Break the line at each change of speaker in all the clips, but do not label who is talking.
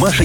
Маша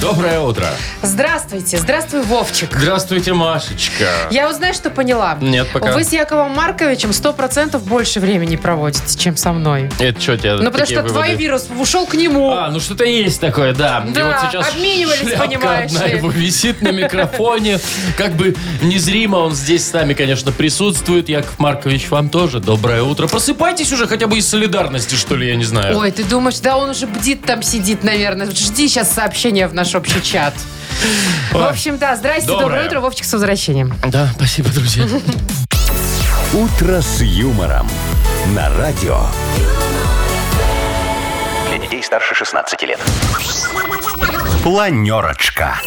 Доброе утро.
Здравствуйте, здравствуй, Вовчик.
Здравствуйте, Машечка.
Я вот знаешь, что поняла?
Нет, пока.
Вы с Яковом Марковичем сто процентов больше времени проводите, чем со мной.
Это что тебе
Ну, потому
такие
что твой
выводы?
вирус ушел к нему.
А, ну что-то есть такое, да. И
Да,
вот сейчас
обменивались,
шляпка
понимаешь
одна
ли.
его висит на микрофоне. Как бы незримо он здесь с нами, конечно, присутствует. Яков Маркович, вам тоже доброе утро. Просыпайтесь уже хотя бы из солидарности, что ли, я не знаю.
Ой, ты думаешь, да он уже бдит там сидит, наверное. Жди сейчас сообщения в наш общий чат. В
Ой.
общем, да, здрасте,
Доброе.
доброе утро, Вовчик, с возвращением.
Да, спасибо, друзья.
«Утро с юмором» на радио. Для детей старше 16 лет. Планерочка.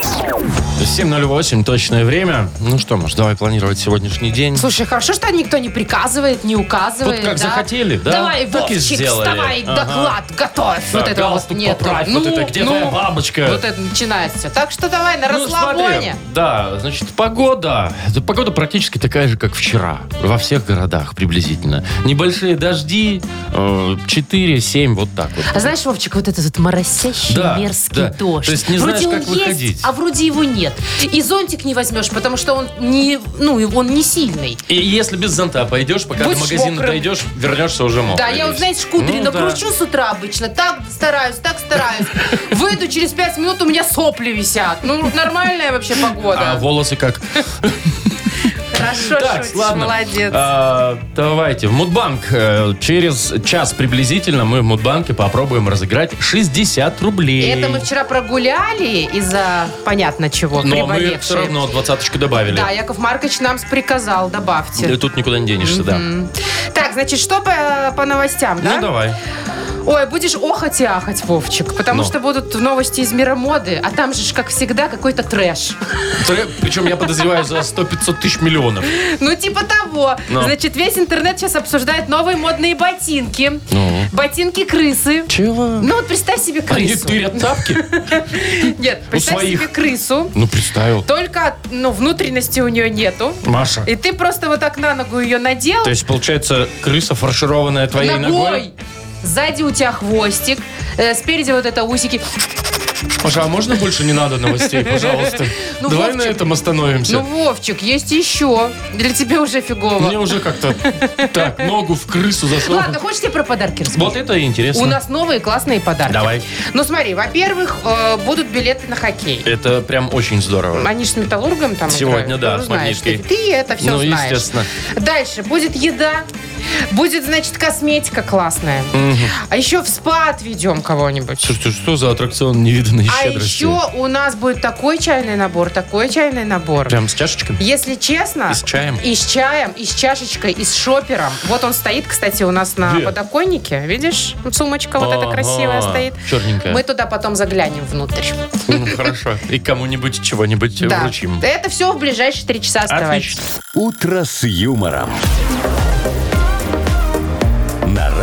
7.08, точное время. Ну что, Маш, давай планировать сегодняшний день.
Слушай, хорошо, что никто не приказывает, не указывает.
Вот как
да?
захотели, да?
Давай,
Так и
Вовчик,
сделали.
вставай,
Ага.
доклад, готовь.
Да,
вот этого вот
галстук
нет.
поправь, вот это где твоя бабочка?
Вот это начинается все. Так что давай на
Ну, смотри,
расслабоне.
да, значит, погода. Да, Погода практически такая же, как вчера. Во всех городах приблизительно. Небольшие дожди, э, 4-7, вот так вот.
А знаешь, Вовчик, вот этот вот моросящий
Да,
мерзкий
да.
дождь.
То есть не
вроде
знаешь,
он
как
есть,
выходить.
а вроде его нет. И зонтик не возьмешь, потому что он не, ну, и он не сильный.
И если без зонта пойдешь, пока
Будь
до магазина
мокрым.
дойдешь, вернешься уже мокрый.
Да, я вот,
весь.
знаешь, шкудри
Ну да.
накручу с утра обычно. Так стараюсь, так стараюсь. Выйду через пять минут, у меня сопли висят. Ну, нормальная вообще
А
погода.
волосы как?
Хорошо
Так,
шутишь,
ладно.
молодец.
А, Давайте, в Мудбанк. э, Через час приблизительно мы в Мудбанке попробуем разыграть 60 рублей.
Это мы вчера прогуляли из-за понятно чего,
Но мы
приболевшие.
все равно двадцаточку добавили.
Да, Яков Маркович нам приказал, добавьте.
Да Тут никуда не денешься, да.
Так, значит, что по, по новостям, да?
Ну, давай.
Ой, будешь охать и ахать, Вовчик, потому
Ну.
что будут новости из мира моды, а там же, ж, как всегда, какой-то трэш.
Тре- Причем я подозреваю за 100-500 тысяч миллионов.
Ну, типа того.
Ну.
Значит, весь интернет сейчас обсуждает новые модные ботинки.
Ну. А
Ботинки-крысы.
Чего?
Ну, вот представь себе
Они
крысу.
тырят тапки?
Нет, представь
своих.
себе крысу.
Ну, представил.
Только, ну, внутренности у нее нету.
Маша.
И ты просто вот так на ногу ее надел.
То есть, получается, крыса, фаршированная твоей ногой?
Сзади у тебя хвостик, э, спереди вот это усики.
Маша, а можно больше не надо новостей, пожалуйста?
Ну,
Давай на
Вовчик.
этом
Ну,
остановимся.
Вовчик, есть еще. Для тебя уже фигово.
Мне уже как-то так, ногу в крысу
Ладно,
засовывать.
хочешь тебе про подарки расскажу?
Вот это и интересно.
У нас новые классные подарки.
Давай.
Ну, смотри, во-первых, э, будут билеты на хоккей.
Это прям очень здорово.
Они же с металлургом там
Сегодня,
играют.
да,
Ты
с
знаешь,
Магнитской.
Ты, ты это все
Ну,
знаешь.
естественно.
Дальше будет еда, будет, значит, косметика классная. А еще в спа отведем кого-нибудь.
Слушайте, что за аттракцион невиданной
А
щедрости?
еще у нас будет такой чайный набор, такой чайный набор.
Прям с чашечками?
Если честно...
И с чаем?
И с чаем, и с чашечкой, и с шопером. Вот он стоит, кстати, у нас на
Где?
подоконнике. Видишь? Сумочка вот эта
Ага,
красивая стоит.
черненькая.
Мы туда потом заглянем внутрь.
Ну, хорошо. И кому-нибудь чего-нибудь
Да.
вручим.
Это все в ближайшие три часа оставайтесь.
Отлично.
«Утро с юмором». На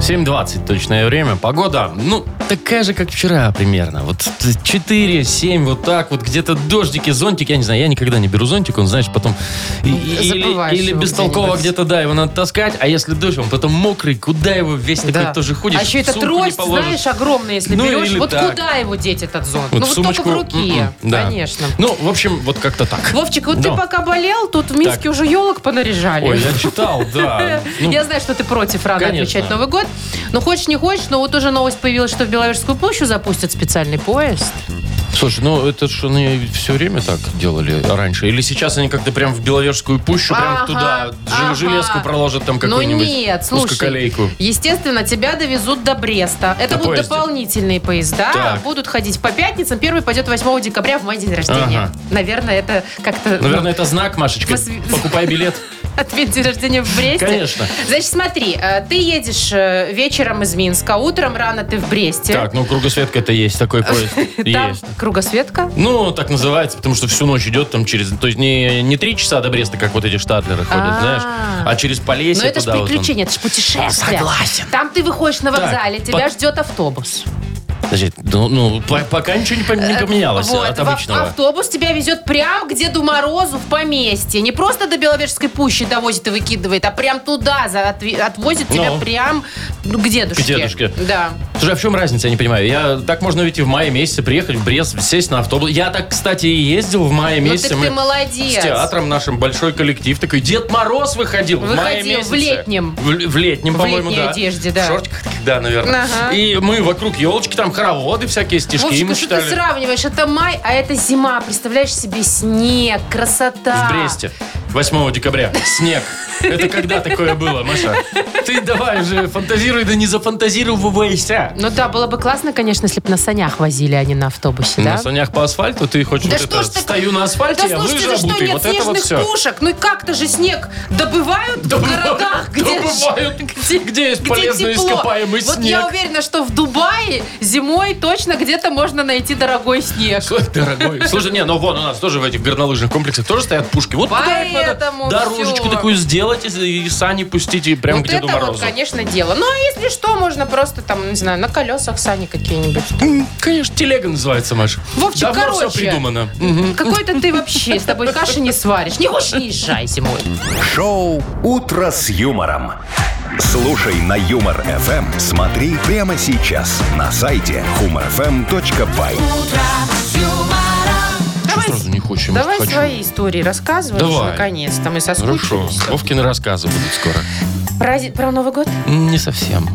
7.20 точное время. Погода, ну, такая же, как вчера примерно. Вот 4, 7, вот так вот. Где-то дождики, зонтик. Я не знаю, я никогда не беру зонтик. Он, знаешь, потом... и- и- или,
Забываешь
или
его
бестолково
где-нибудь.
где-то, да, его надо таскать. А если дождь, он потом мокрый. Куда его весь такой
Да.
тоже ходишь?
А еще
в
это
сумку не
трость,
положишь.
знаешь, огромная, если
Ну,
берешь.
или
Вот
так.
куда его деть, этот зонт?
Вот
ну, вот
сумочку,
только в руке.
м-м, да.
Конечно.
Ну, в общем, вот как-то так.
Вовчик, вот
Но.
ты пока болел, тут в Минске уже елок понаряжали.
Ой, я читал, да. Ну,
Я знаю, что ты против рано
Конечно.
отмечать Новый год. Но хочешь, не хочешь, но вот уже новость появилась, что в Беловежскую площадь запустят специальный поезд.
Слушай, ну это же они все время так делали раньше. Или сейчас они как-то прям в Беловежскую пущу, прям
Ага,
туда жи-
ага.
железку проложат там
Ну
какую-нибудь.
нет, слушай.
Узкоколейку.
Естественно, тебя довезут до Бреста. Это
На
будут
поезде?
дополнительные поезда.
Так.
Будут ходить по пятницам. Первый пойдет 8 декабря в мой день рождения.
Ага.
Наверное, это как-то...
Наверное, это знак, Машечка.
Мы с-
Покупай билет.
Отметь день рождения в Бресте?
Конечно.
Значит, смотри, э, ты едешь э, вечером из Минска, утром рано ты в Бресте.
Так, ну кругосветка это есть, такой поезд.
Там
Есть.
кругосветка.
Ну, так называется, потому что всю ночь идет там через... То есть не, не три часа до Бреста, как вот эти штатлеры ходят,
А.
знаешь, а через Полесье
Но это же
туда вот он.
приключение, это же путешествие.
Согласен.
Там ты выходишь на
Так,
вокзале, тебя
пок-
ждет автобус.
Подожди, ну, ну, по- пока ничего не, пом- не поменялось
Э,
а
Вот,
от
в ав-
обычного.
Автобус тебя везет прям к Деду Морозу в поместье. Не просто до Беловежской пущи довозит и выкидывает, а прям туда за- отве- отвозит тебя
Ну.
прям ну, к дедушке.
К дедушке.
Да.
Слушай, а в чем разница, я не понимаю. Я так можно ведь и в мае месяце приехать в Брест, сесть на автобус. Я так, кстати, и ездил в мае
Ну
месяце.
так
Мы
ты молодец.
С театром нашим большой коллектив такой. Дед Мороз выходил, в мае
Выходил,
месяце.
в летнем.
В, л- в летнем,
В
по-моему,
летней
да.
одежде, да.
В шортиках таких, да, наверное.
Ага.
И мы вокруг елочки, там хороводы всякие, стишки
Вовчик,
мы
ну что ты
читали.
сравниваешь? Это май, а это зима. Представляешь себе снег, красота.
В Бресте. 8 декабря. Снег. Это когда такое было, Маша? Ты давай же фантазируй, да не зафантазировывайся.
Ну да, было бы классно, конечно, если бы на санях возили, а не на автобусе, да?
На санях по асфальту ты хочешь вот это,
так-
стою на асфальте,
да
я лыжи
слушайте, да что,
обутый,
нет
вот это вот
снежных
все.
пушек? Ну и как-то же снег добывают в городах, где,
добывают, где, есть
где
полезно
тепло.
ископаемый
Вот
снег.
я уверена, что в Дубае зимой точно где-то можно найти дорогой снег.
Слушай, дорогой. Слушай, не, ну вон у нас тоже в этих горнолыжных комплексах тоже стоят пушки. Вот куда их
Поэтому
надо дорожечку
всё.
такую сделать и, и сани пустить и прям
вот
к Деду
это
Морозу.
вот, конечно, дело. Ну, а если что, можно просто там, не знаю, на колесах сани какие-нибудь.
М, Конечно, телега называется, Маша.
Вовчик,
Давно
короче.
все придумано. Мгм.
Какой-то ты вообще с тобой каши не сваришь. Не хочешь, не езжай зимой.
Шоу «Утро с юмором». Слушай на Юмор ФМ. Смотри прямо сейчас на сайте humorfm.by.
Чё сразу не хочешь? Может,
Давай
хочу?
свои истории рассказывай.
Давай.
уже Наконец-то мы
Хорошо.
соскучились.
Вовкины рассказы будут скоро.
Про, зи- про Новый год?
М, Не совсем.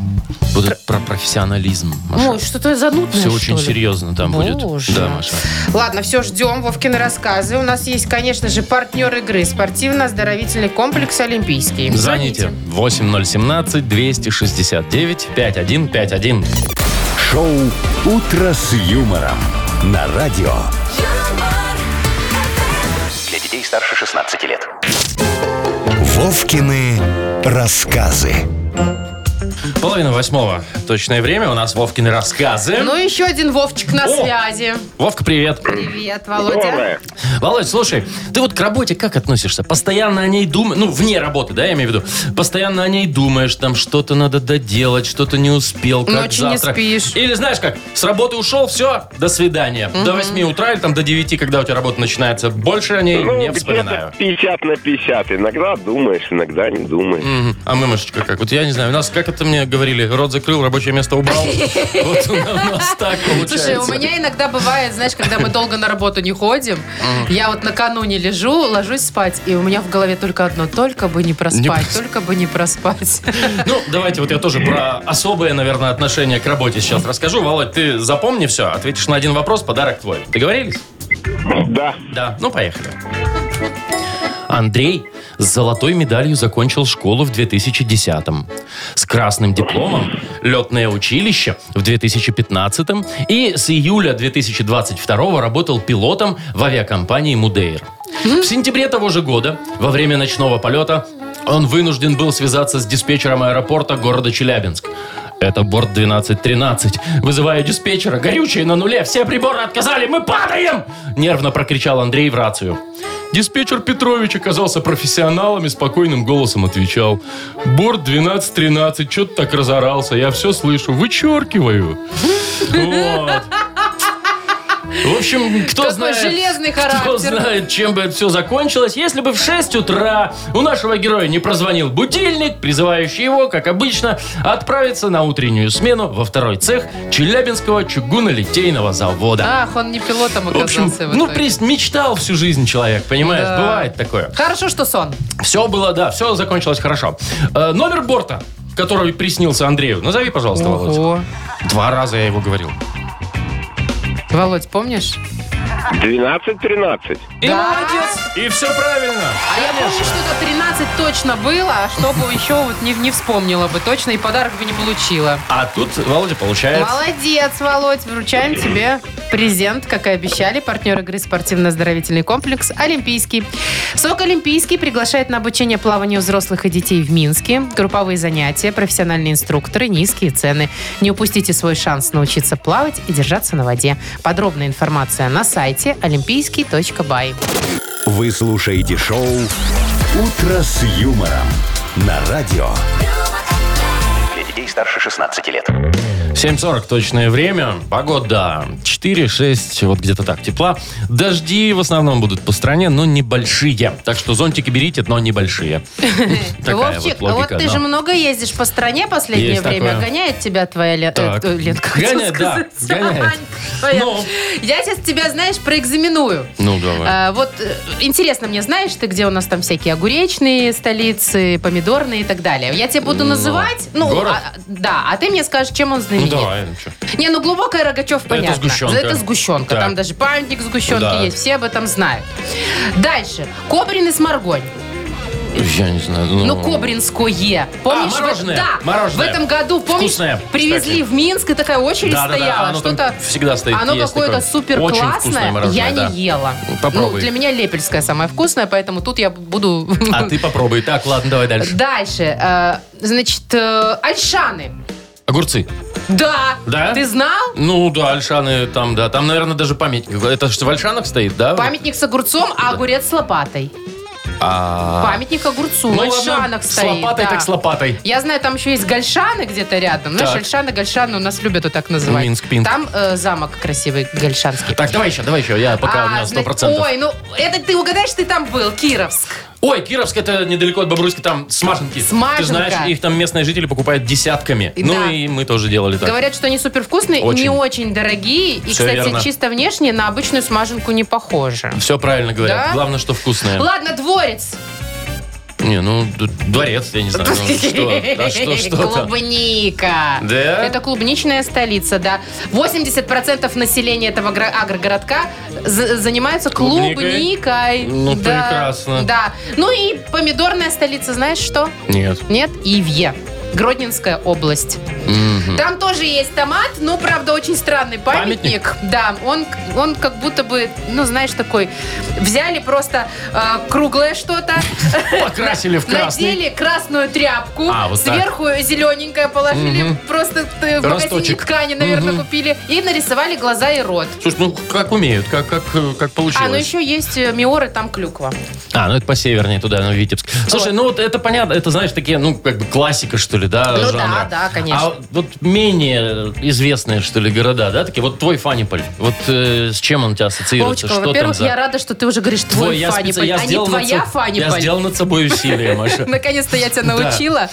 Будут про профессионализм,
Ой,
Маша.
что-то я занудное,
Все
что
очень
ли?
серьезно там будет.
Боже.
Да, Маша.
Ладно, все, ждем Вовкины рассказы. У нас есть, конечно же, партнер игры. Спортивно-оздоровительный комплекс «Олимпийский».
Звоните 8017-269-5151.
Шоу «Утро с юмором» на радио.
Для детей старше 16 лет.
Вовкины рассказы.
Половина восьмого. Точное время. У нас Вовкины рассказы.
Ну, еще один Вовчик на
О!
связи.
Вовка, привет.
Привет, Володя.
Володь, слушай, ты вот к работе как относишься? Постоянно о ней думаешь, ну, вне работы, да, я имею в виду? Постоянно о ней думаешь, там что-то надо доделать, что-то не успел, как
Ночью не
завтра.
спишь.
Или знаешь как, с работы ушел, все, до свидания. До 8 утра или там до 9, когда у тебя работа начинается. Больше о ней
Ну,
не
где-то
вспоминаю.
50 на 50. Иногда думаешь, иногда не думаешь.
Мгм. А мы, Машечка, как? Вот я не знаю, у нас, как это мне говорили, рот закрыл, рабочее место убрал. Вот у нас так
Слушай, у
получается.
меня иногда бывает, знаешь, когда мы долго на работу не ходим, я вот накануне лежу, ложусь спать, и у меня в голове только одно, только бы не
Не
проспать,
прос-
только бы не проспать.
Ну, давайте вот я тоже про особое, наверное, отношение к работе сейчас расскажу. Володь, ты запомни все, ответишь на один вопрос, подарок твой. Договорились?
Да.
Да. Ну, поехали. Андрей с золотой медалью закончил школу в 2010-м. С красным дипломом летное училище в 2015-м. И с июля 2022 работал пилотом в авиакомпании «Мудейр». В сентябре того же года, во время ночного полета, он вынужден был связаться с диспетчером аэропорта города Челябинск. Это борт 1213. Вызываю диспетчера. Горючее на нуле. Все приборы отказали. Мы падаем! Нервно прокричал Андрей в рацию. Диспетчер Петрович оказался профессионалом и спокойным голосом отвечал. Борт 1213. Что-то так разорался. Я все слышу. Вычеркиваю. Вот. В общем, кто
Какой
знает...
железный
Кто
характер.
знает, чем бы это все закончилось, если бы в 6 утра у нашего героя не прозвонил будильник, призывающий его, как обычно, отправиться на утреннюю смену во второй цех Челябинского чугунолитейного завода.
Ах, он не пилотом
в общем,
А, оказался. в
ну,
итоге.
прис- мечтал всю жизнь человек, понимаешь,
Да.
бывает такое.
Хорошо, что сон.
Все было, да, все закончилось хорошо. Э, номер борта, который приснился Андрею, назови, пожалуйста, Володь.
Ого.
Два раза я его говорил.
Володь, помнишь?
12-13.
И молодец. И все правильно.
А я помню, что это 13 точно было, а что бы еще вот не, не вспомнила бы точно и подарок бы не получила.
А тут Володя получает...
Молодец, Володь, вручаем тебе презент, как и обещали, партнер игры спортивно-оздоровительный комплекс «Олимпийский». СОК «Олимпийский» приглашает на обучение плаванию взрослых и детей в Минске, групповые занятия, профессиональные инструкторы, низкие цены. Не упустите свой шанс научиться плавать и держаться на воде. Подробная информация на сайте олимпийский.бай.
Вы слушаете шоу «Утро с юмором» на радио.
Для детей старше 16 лет.
7.40 точное время. Погода 4-6, вот где-то так, тепла. Дожди в основном будут по стране, но небольшие. Так что зонтики берите, но небольшие. Такая
Вовчик,
вот
а вот
логика.
ты
да.
же много ездишь по стране последнее
Есть
время.
такое.
Гоняет тебя твоя ле- э,
Так.
э, Ленка? хотела
Гоняет, да,
сказать.
гоняет.
Твоя.
Ну.
Я сейчас тебя, знаешь, проэкзаменую.
Ну, давай.
А, вот э, интересно мне, знаешь ты, где у нас там всякие огуречные столицы, помидорные и так далее. Я тебе буду
Ну,
называть, ну,
город?
а, да, а ты мне скажешь, чем он
Ну,
знаменит.
давай. ну, чё.
Не, ну глубокая Рогачев, понятно.
сгущенка.
Это сгущенка.
Так.
Там даже памятник сгущенки
Да.
есть, все об этом знают. Дальше. Кобрин и Сморгонь.
Я не знаю.
Ну, Кобринское. Помнишь? в-
а, мороженое,
да,
мороженое.
в этом году, помнишь,
Вкусное, кстати.
привезли в Минск, и такая очередь
Да-да-да,
стояла.
оно там
Что-то
всегда стоит,
Оно
есть
какое-то
такое.
супер
Очень вкусное
классное.
мороженое,
Я
да.
не ела.
Ну, попробуй.
Ну, для меня лепельское самое вкусное, поэтому тут я буду...
А ты попробуй. Так, ладно, давай дальше.
Дальше. э, Значит, э, Альшаны.
Огурцы.
Да.
Да?
Ты знал?
Ну, да, Альшаны там, да. Там, наверное, даже памятник. Это что, в Альшанах стоит, да?
Памятник с огурцом, а огурец с лопатой.
А.
Памятник огурцу.
Ну,
в
ладно,
Альшанах стоит.
С лопатой
да.
так с лопатой.
Я знаю, там еще есть Гальшаны где-то рядом. Знаешь,
Так.
Гальшаны, Гальшаны у нас любят вот так называть.
Минск, Пинк.
Там э, замок красивый гальшанский.
Так, давай еще, давай еще. Я пока
А,
у меня
зна-
100%. Ой.
Ой, ну это ты угадаешь, ты там был, Кировск.
Кировск это недалеко от Бобруйска, там смаженки.
Смаженка.
Ты знаешь, их там местные жители покупают десятками.
И
Ну
да.
и мы тоже делали так.
Говорят, что они супер вкусные,
Очень.
не очень дорогие. И,
Всё
кстати,
верно.
чисто внешне на обычную смаженку не похоже.
Все правильно говорят.
Да?
Главное, что вкусное.
Ладно, дворец.
Не, ну, д- дворец, я не знаю. ну, что? А что, что там?
Клубника.
Да?
Это клубничная столица, да. 80% населения этого гра- агрогородка за- занимаются
Клубникой?
клубникой.
Ну,
Да,
прекрасно.
Да. Ну и помидорная столица, знаешь что?
Нет.
Нет, Ивье. Гродненская область.
Мгм.
Там тоже есть томат, но, правда, очень странный памятник. Да, он, он как будто бы, ну, знаешь, такой... Взяли просто э, круглое что-то,
Покрасили в красный.
надели красную тряпку,
А, вот так.
сверху зелененькое положили,
Мгм.
просто э, в магазине
Росточек.
ткани, наверное,
Мгм.
купили, и нарисовали глаза и рот.
Слушай, ну как умеют, как, как, э, как получилось.
А, ну еще есть э, Миоры, там клюква.
А, ну это по севернее туда, на Витебск. Слушай, ну вот это понятно, это, знаешь, такие, ну, как бы классика, что ли, да,
Ну да,
жанра.
да, конечно.
А вот менее известные, что ли, города, да, такие, вот твой Фаниполь, вот э, с чем он у тебя ассоциируется,
Вовочка,
что
во-первых,
там за...
я рада, что ты уже говоришь твой,
я
фаниполь,
специ- я
а не
сделал над
твоя
со- Я
фаниполь.
сделал над собой усилие, Маша. А,
Наконец-то я тебя
Да.
научила.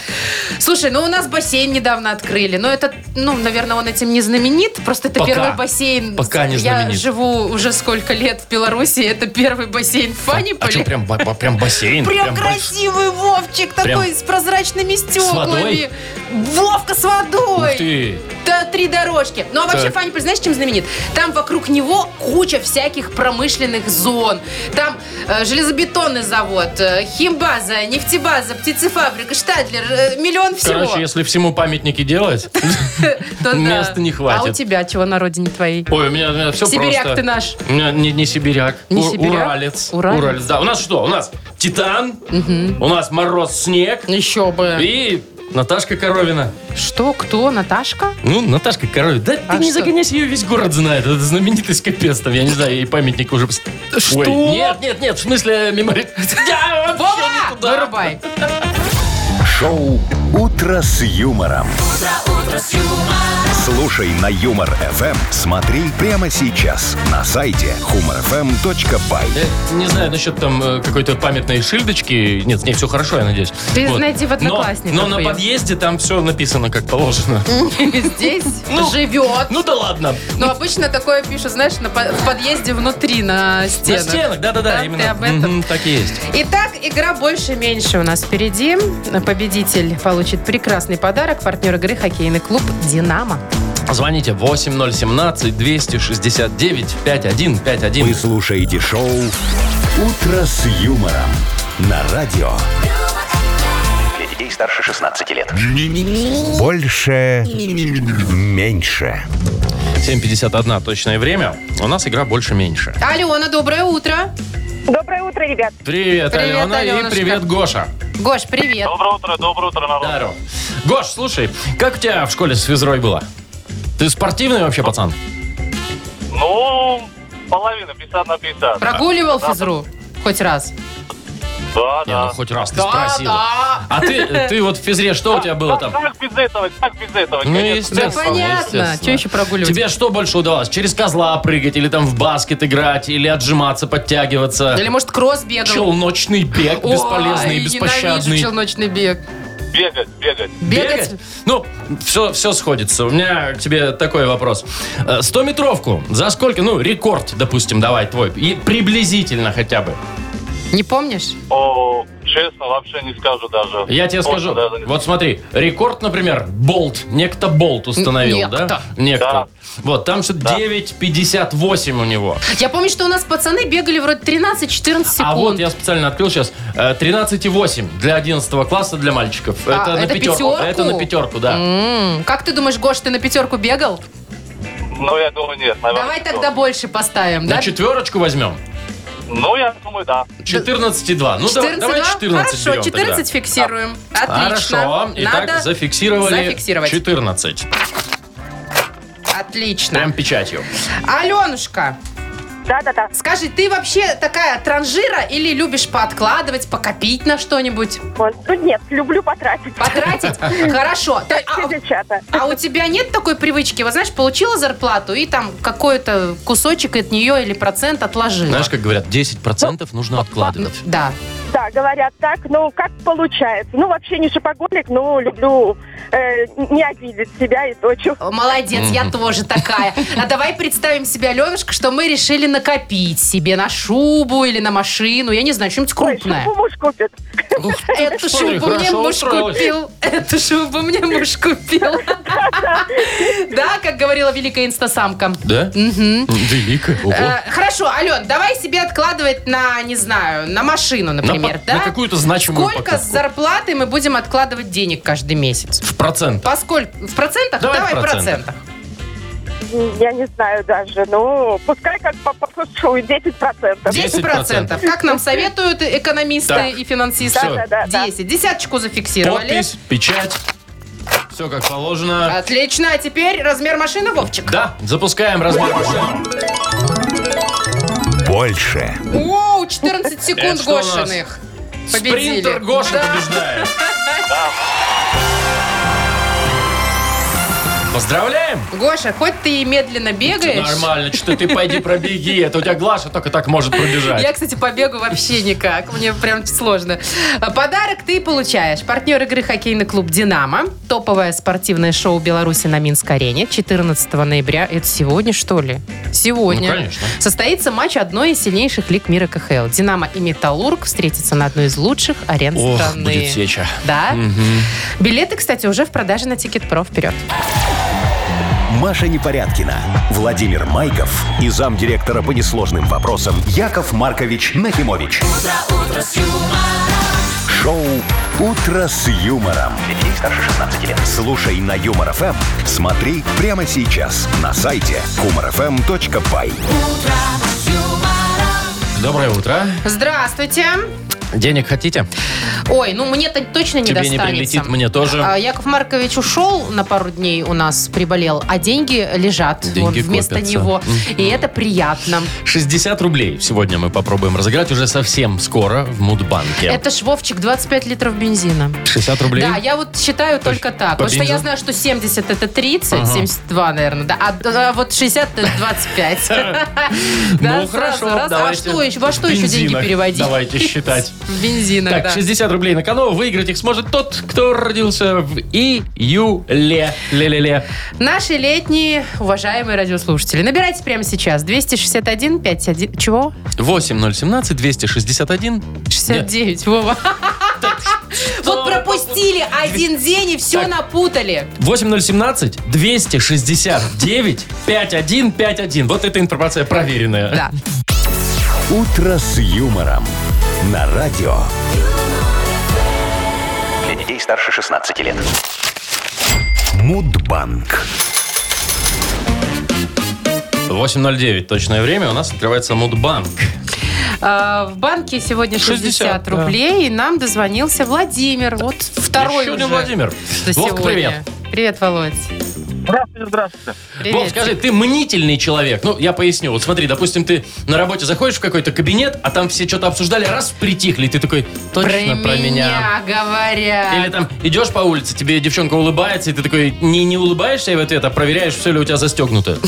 Слушай, ну у нас бассейн недавно открыли. Но это, ну, наверное, он этим не знаменит. Просто это
Пока.
первый бассейн.
Пока не
Я
знаменит.
живу уже сколько лет в Беларуси. Это первый бассейн в Фаниполе.
А что, прям, ба- ба- прям бассейн?
Прям,
больш-
красивый Вовчик такой
Прям-
с прозрачными стеклами.
водой?
Вовка с водой.
Ух ты!
Да, три дорожки. Ну а вообще
Так.
Фаниполь, знаешь, чем знаменит? Там вокруг него куча всяких промышленных зон. Там э, железобетонный завод, э, химбаза, нефтебаза, птицефабрика, штадлер, э, миллион всего.
Короче, если всему памятники делать,
То да.
места не хватит.
А у тебя чего на родине твоей?
Ой, у меня, у меня все
Сибиряк
просто.
ты наш.
У меня не, не сибиряк.
Не
У-
сибиряк?
Уралец.
Уралец.
да. У нас что? У нас Титан, у нас Мороз Снег
Еще бы.
и Наташка Коровина.
Что, кто, Наташка?
Ну, Наташка Коровина. Да
А
ты не
что?
загоняйся, ее весь город знает. Это знаменитость капец там. Я не знаю, ей памятник уже... пос-
Что?
Ой, нет, нет, нет, в смысле мемори... Я вообще не
Вова!
туда.
Вырубай.
Шоу «Утро с юмором». Слушай на Юмор ФМ. Смотри прямо сейчас на сайте humorfm.by.
Я Э, не знаю насчет там э, какой-то памятной шильдочки. Нет, с ней все хорошо, я надеюсь.
Ты найди в
Но-
«Одноклассниках»
Но, на
её.
подъезде там все написано как положено.
Здесь
Ну,
живет.
Ну да ладно.
Но обычно такое пишут, знаешь, на по- в подъезде внутри, на
На
стенах.
стенах, да-да-да,
Да,
именно.
ты об этом.
Мгм, так и есть.
Итак, игра больше-меньше у нас впереди. Победитель получит прекрасный подарок. Партнер игры хоккейный клуб «Динамо».
Звоните 8017-269-5151.
Вы слушаете шоу «Утро с юмором» на радио.
Для детей старше 16 лет.
Больше, меньше.
7.51 точное время. У нас игра больше-меньше.
Алена, доброе утро.
Доброе утро, ребят.
Привет,
Привет,
Алена, и
Аленушка.
привет, Гоша.
Гош, привет.
Доброе утро, доброе утро, народ.
Здорово. Гош, слушай, как у тебя в школе с физрой было? Ты спортивный вообще пацан?
Ну, половина, 50 на 50.
Прогуливал физру? Хоть раз.
Да,
Не, ну
да.
хоть раз ты спросила.
да.
А ты, ты вот в физре, что у тебя было
Как-
там?
Как без этого, как без этого?
Ну,
конечно.
естественно.
Понятно.
естественно.
Что еще прогуливать?
Тебе что больше удавалось? Через козла прыгать, или там в баскет играть, или отжиматься, подтягиваться?
Или, может, кросс бегал?
Челночный бег
Ой,
бесполезный, беспощадный.
ненавижу челночный бег.
Бегать, бегать.
Бегать?
Ну, все, все сходится. У меня к тебе такой вопрос. 100 метровку за сколько? Ну, рекорд, допустим, давай твой. И приблизительно хотя бы.
Не помнишь?
О, честно, вообще не скажу даже.
Я тебе
Просто
скажу.
даже не-
Вот смотри, рекорд, например, Болт. Некто Болт установил,
Некто.
да? Некто.
Да.
Вот, там что-то 9,58 у него.
Я помню, что у нас пацаны бегали вроде 13-14 секунд.
А вот я специально открыл Э, сейчас. 13,8 для 11 класса для мальчиков.
А,
это на
это
пятерку.
пятерку?
Это на пятерку, да.
М, Как ты думаешь, Гош, ты на пятерку бегал?
Ну, я думаю, нет, наверное.
Давай
не
тогда больше поставим,
На
да?
четверочку возьмем.
скажу. Ну, я думаю, да.
14,2. Ну, давай-
14,
давай
да?
14
Хорошо,
берем тогда. А,
14 фиксируем. Отлично.
Хорошо. Итак,
Надо
зафиксировали
зафиксировать.
14. Прям
Отлично.
печатью.
Аленушка,
Да-да-да.
скажи, ты вообще такая транжира или любишь подкладывать, покопить на что-нибудь?
Вот. Ну нет, люблю потратить.
Потратить? Хорошо. Ты-
Все
а-
девчата.
А у тебя нет такой привычки? Вот знаешь, получила зарплату и там какой-то кусочек от нее или процент отложила.
Знаешь, как говорят, 10% нужно откладывать.
Да.
Да, говорят так, ну как получается. Ну вообще не шопоголик, но люблю э, не обидеть себя и точу.
О, Молодец, я тоже такая. А давай представим себе, Аленушка, что мы решили накопить себе на шубу или на машину. Я не знаю, что-нибудь
Ой,
крупное.
шубу муж купит.
Ух,
Эту
смотри,
шубу мне
хорошо
муж
устроилась.
купил. Эту шубу мне муж купил. Да, как говорила великая инстасамка.
Да?
Мгм.
Великая. Ого.
Э, Хорошо, Ален, давай себе откладывать на, не знаю, на машину,
На
например,
по-
да?
На какую-то значимую
Сколько
покупку.
с зарплаты мы будем откладывать денег каждый месяц?
В процент.
Поскольку в процентах?
Давай в
Давай, в
процентах.
процентах.
Я не знаю даже, ну пускай как по послушаю 10%.
10 процентов. Как нам советуют экономисты
Так.
и финансисты?
Всё.
Да-да-да.
10. Десяточку зафиксировали.
Подпись, печать. Все как положено.
Отлично. А теперь размер машины, Вовчик.
Да, запускаем размер машины.
Больше,
О, 14 секунд
Это что у нас?
Гошиных. Победили.
Спринтер Гоша
Да.
побеждает. Поздравляем!
Гоша, хоть ты и медленно бегаешь.
Нормально, что ты пойди пробеги. Это у тебя Глаша только так может пробежать.
Я, кстати, побегу вообще никак. Мне прям сложно. Подарок ты получаешь. Партнер игры хоккейный клуб «Динамо». Топовое спортивное шоу Беларуси на Минск-арене 14 ноября. Это сегодня, что ли? Сегодня.
Ну, конечно.
Состоится матч одной из сильнейших лиг мира КХЛ. «Динамо» и «Металлург» встретятся на одной из лучших арен
Ох,
страны.
будет сеча.
Да? Билеты, кстати, уже в продаже на Тикет.Про. Вперед.
Маша Непорядкина, Владимир Майков и замдиректора по несложным вопросам Яков Маркович Нахимович. Шоу Утро с юмором.
Для детей старше 16 лет.
Слушай на Юмор ФМ, смотри прямо сейчас на сайте humorfm.by.
Доброе утро.
Здравствуйте.
Денег хотите?
Ой, ну мне-то точно не
Тебе не
достанется.
прилетит, мне тоже.
А, Яков Маркович ушел на пару дней у нас, приболел, а деньги лежат
Деньги
вот вместо
копятся.
него. И это приятно.
60 рублей сегодня мы попробуем разыграть уже совсем скоро в Мудбанке.
Это ж, Вовчик, 25 литров бензина.
60 рублей?
Да, я вот считаю только так. Потому что
бензу?
я знаю, что 70 это 30,
Ага.
72, наверное, да. А, а вот 60 это 25. Да,
Ну,
сразу,
хорошо,
раз. А
давайте
что еще? Во
в
что еще деньги
бензинах
переводить?
давайте считать.
В бензинах,
Так,
да.
60 рублей на кону. Выиграть их сможет тот, кто родился в июле. Ле-ле-ле.
Наши летние уважаемые радиослушатели, набирайте прямо сейчас 261 51 чего
8017 261
69, Вова. Вот упустили один день и все напутали.
8017 269 5151. Вот эта информация проверенная.
Да.
«Утро с юмором» на радио.
Для детей старше 16 лет.
Мудбанк.
8.09 точное время. У нас открывается Мудбанк.
А, в банке сегодня 60,
60, да.
рублей, и нам дозвонился Владимир. Вот второй
Еще
уже
один Владимир.
за
Вовка,
сегодня.
привет.
Привет, Володь.
Здравствуйте, здравствуйте.
Привет.
Вов, скажи, ты мнительный человек. Ну, я поясню. Вот смотри, допустим, ты на работе заходишь в какой-то кабинет, а там все что-то обсуждали, раз притихли, и ты такой,
Про,
точно про меня.
меня говорят.
Или там идешь по улице, тебе девчонка улыбается, и ты такой не, не улыбаешься ей в ответ, а проверяешь, все ли у тебя застегнуто.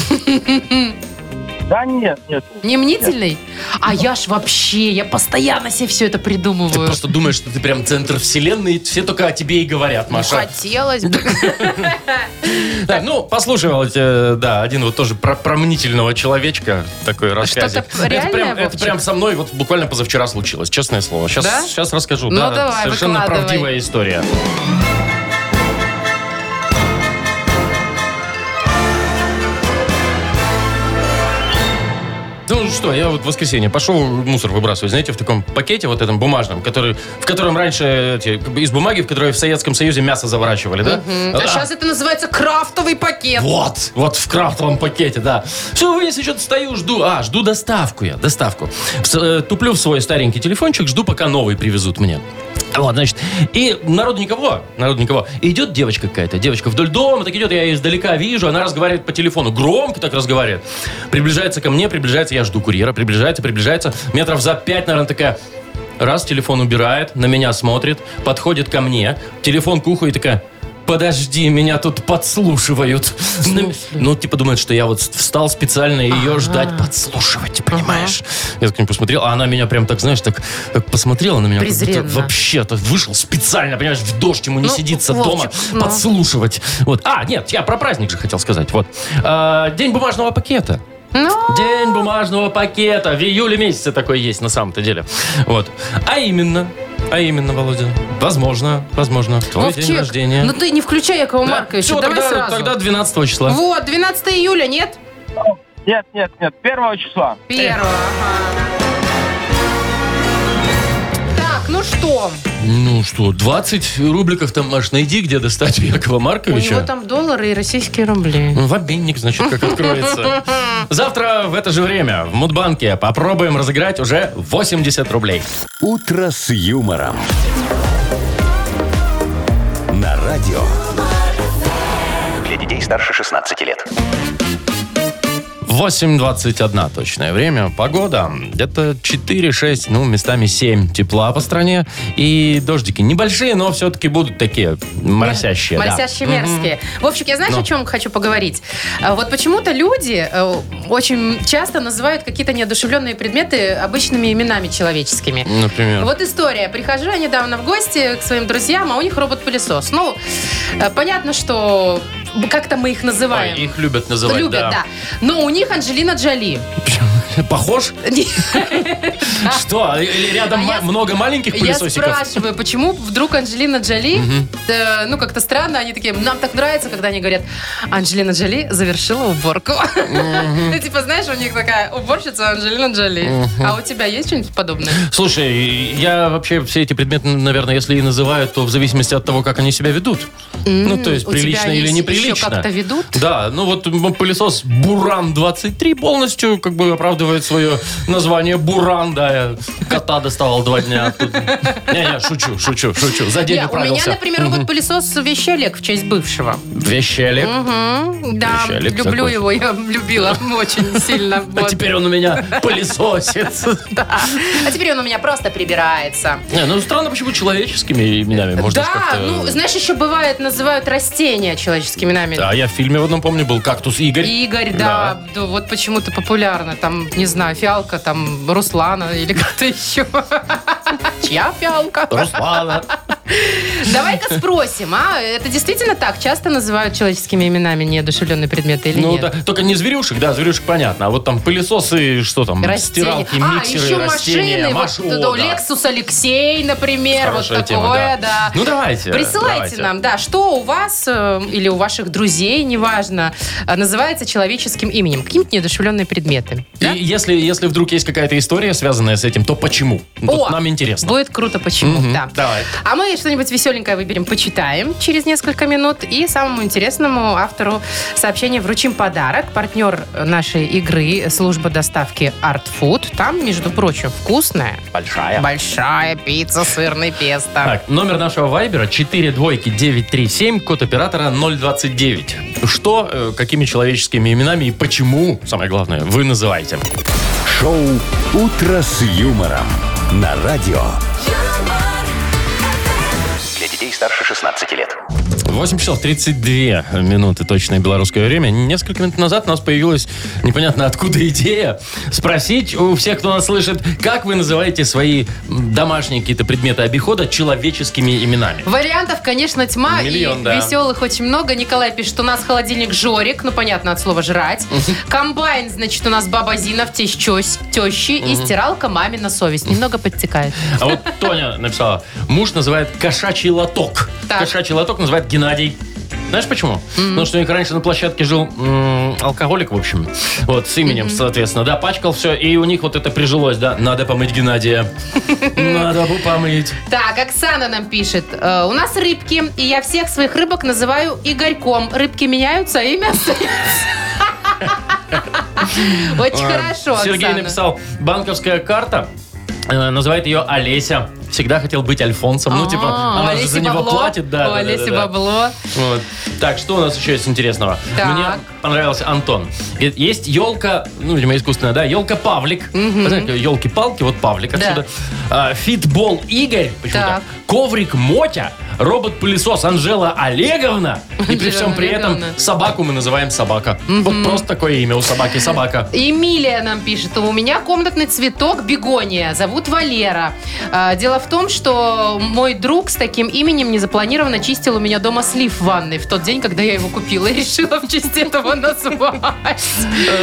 Да нет, нет.
Не мнительный? А я ж вообще, я постоянно себе все это
Ты
придумываю.
просто думаешь, что ты прям центр вселенной, и все только о тебе и говорят,
Ну,
Маша.
Хотелось бы.
Так, ну, послушай, Володь, э, да, один вот тоже про, про мнительного человечка такой рассказик.
Что-то реальное,
это, прям, это
Вовчик?
прям со мной вот буквально позавчера случилось, честное слово. Сейчас,
Да?
сейчас расскажу.
Ну,
да,
давай,
совершенно
выкладывай.
правдивая история. Ну что, я вот в воскресенье пошел мусор выбрасывать, знаете, в таком пакете вот этом бумажном, который, в котором раньше эти, как бы из бумаги, в которой в Советском Союзе мясо заворачивали, да?
Мгм. А сейчас это называется крафтовый пакет.
Вот, вот в крафтовом пакете, да. Все, вынес, и что-то стою, жду. А, жду доставку я, доставку. В с- э, туплю в свой старенький телефончик, жду, пока новый привезут мне. Вот, значит, и народу никого, народу никого. И Идет девочка какая-то, девочка вдоль дома, так идет, я ее издалека вижу, она разговаривает по телефону, громко так разговаривает. Приближается ко мне, приближается, я жду курьера, приближается, приближается, метров за пять, наверное, такая, раз, телефон убирает, на меня смотрит, подходит ко мне, телефон к уху и такая, подожди, меня тут подслушивают.
смысле?
Ну, типа думает, что я вот встал специально ее ждать, подслушивать, понимаешь? Я так не посмотрел, а она меня прям так, знаешь, так, так посмотрела на меня. как будто
Презренно.
Вообще, так вышел специально, понимаешь, в дождь ему не
Ну,
сидится
Вовчик,
дома,
ну.
подслушивать. Вот. А, нет, я про праздник же хотел сказать. Вот. А, день бумажного пакета.
Ну,
День бумажного пакета. В июле месяце такой есть на самом-то деле. Вот. А именно, а именно, Володя, возможно, возможно, твой день
Вовчик,
рождения.
ну ты не включай Якова
Да.
Марковича,
Всё,
давай
тогда,
сразу.
тогда 12 числа.
Вот, 12 июля, нет?
Нет, нет, нет. Первого числа.
Первого, ага. Так, ну что?
Ну что, 20 рубликов там, Маш, найди, где достать у Якова
У
Марковича.
него там доллары и российские рубли.
Ну, В обменник, значит, как откроется. Завтра в это же время в Мудбанке попробуем разыграть уже 80 рублей.
«Утро с юмором». На радио.
Для детей старше 16 лет.
8.21 точное время. Погода где-то 4-6, ну, местами 7 тепла по стране. И дождики небольшие, но все-таки будут такие моросящие. да.
Морсящие мерзкие. В общем, я знаешь,
Ну.
о чем хочу поговорить? А, Вот почему-то люди э, очень часто называют какие-то неодушевленные предметы обычными именами человеческими.
Например.
Вот история. Прихожу я недавно в гости к своим друзьям, а у них робот-пылесос. Ну, э, понятно, что как-то мы их называем.
Ой, их любят называть,
Любят, да.
да.
Но у них Анджелина Джоли.
Похож? Что? Или рядом
А
ма-
я-
много маленьких
Я
пылесосиков?
спрашиваю, почему вдруг Анджелина Джоли, э, ну как-то странно, они такие, нам так нравится, когда они говорят, Анджелина Джоли завершила уборку. Ну типа, знаешь, у них такая уборщица Анджелина Джоли. А у тебя есть что-нибудь подобное?
Слушай, я вообще все эти предметы, наверное, если и называют, то в зависимости от того, как они себя ведут. Ну, то есть,
у тебя
прилично или
есть
неприлично.
еще как-то ведут?
Да, ну вот м, пылесос Буран-23 полностью как бы оправдывает свое название Буран, да. я Кота доставал два дня. Не-не, шучу, шучу, шучу. За день
Не, у меня,
управился.
например, робот-пылесос вещи Олег в честь бывшего.
Вещи Олег.
Мгм, Да,
Вещи Олег
люблю
такой.
его, я любила очень сильно.
А
вот.
теперь он у меня пылесосит.
Да. А теперь он у меня просто прибирается.
Не, ну странно, почему человеческими именами можно ж
да,
как-то-
ну, знаешь, еще бывает, называют растения человеческими именами.
А я в фильме в одном помню был «Кактус Игорь».
Игорь, да, да, вот почему-то популярно. Там, не знаю, фиалка, там, Руслана или как-то еще. Чья фиалка?
Руслана.
Давай-ка спросим, а это действительно так? Часто называют человеческими именами неодушевленные предметы или
Ну
нет?
да, только не зверюшек, да, зверюшек понятно. А вот там пылесосы, что там,
Растения.
стиралки,
а,
миксеры,
еще
растения,
машины.
маш-
вот,
о,
да,
да.
Lexus Алексей, например.
Хорошая
вот
тема,
такое,
да.
да.
Ну, давайте,
Присылайте
давайте.
нам, да, что у вас э, или у ваших друзей, неважно, э, называется человеческим именем. Какие-нибудь неодушевленные предметы.
И
да?
если, если вдруг есть какая-то история, связанная с этим, то почему?
О,
Вот нам интересно.
Будет круто, почему,
Мгм,
да.
Давай.
А мы что-нибудь веселенькое выберем, почитаем через несколько минут. И самому интересному автору сообщения вручим подарок. Партнер нашей игры – служба доставки Art Food. Там, между прочим, вкусная,
Большая. А
большая пицца, сырный песто.
Так, номер нашего вайбера 4 двойки 937, код оператора 029. Что, э, какими человеческими именами и почему, самое главное, вы называете?
Шоу «Утро с юмором» на радио.
Для детей старше 16 лет.
8 часов 32 минуты точное белорусское время. Несколько минут назад у нас появилась непонятно откуда идея спросить у всех, кто нас слышит, как вы называете свои м, домашние какие-то предметы обихода человеческими именами.
Вариантов, конечно, тьма и
Миллион, да.
веселых очень много. Николай пишет, у нас холодильник Жорик, ну понятно от слова жрать. Комбайн, значит, у нас баба Зина в тещ тещи и стиралка мамина совесть. Немного подтекает.
А вот Тоня написала, муж называет кошачий лоток.
Так.
Кошачий лоток называет Геннадий. Знаешь почему? Потому что у них раньше на площадке жил м, алкоголик, в общем. Вот, с именем, соответственно, да, пачкал все. И у них вот это прижилось, да. Надо помыть Геннадия. Надо бы помыть.
Так, Оксана нам пишет. э, у нас рыбки, и я всех своих рыбок называю Игорьком. Рыбки меняются, а имя остается. Очень хорошо,
Э, Сергей
Оксана.
написал, банковская карта э, называет ее Олеся. Всегда хотел быть Альфонсом. Ну, типа,
А,
она же
Олесе
за него
бабло.
платит.
У
Да, да, да, да,
Олеси
да.
бабло.
Вот. Так, что у нас еще есть интересного?
Так.
Мне понравился Антон. Говорит, Есть елка, ну, видимо, искусственная, да, елка Павлик. Знаете, елки-палки, вот Павлик отсюда. А, фитбол Игорь, почему-то.
Так.
Коврик Мотя, робот-пылесос Анжела Олеговна. И при
Анжела
всем при этом
Олеговна.
собаку мы называем собака. Вот просто такое имя у собаки, собака.
Эмилия нам пишет, у меня комнатный цветок бегония, зовут Валера. А, Дело в том, что мой друг с таким именем незапланированно чистил у меня дома слив в ванной в тот день, когда я его купила и решила в честь этого назвать.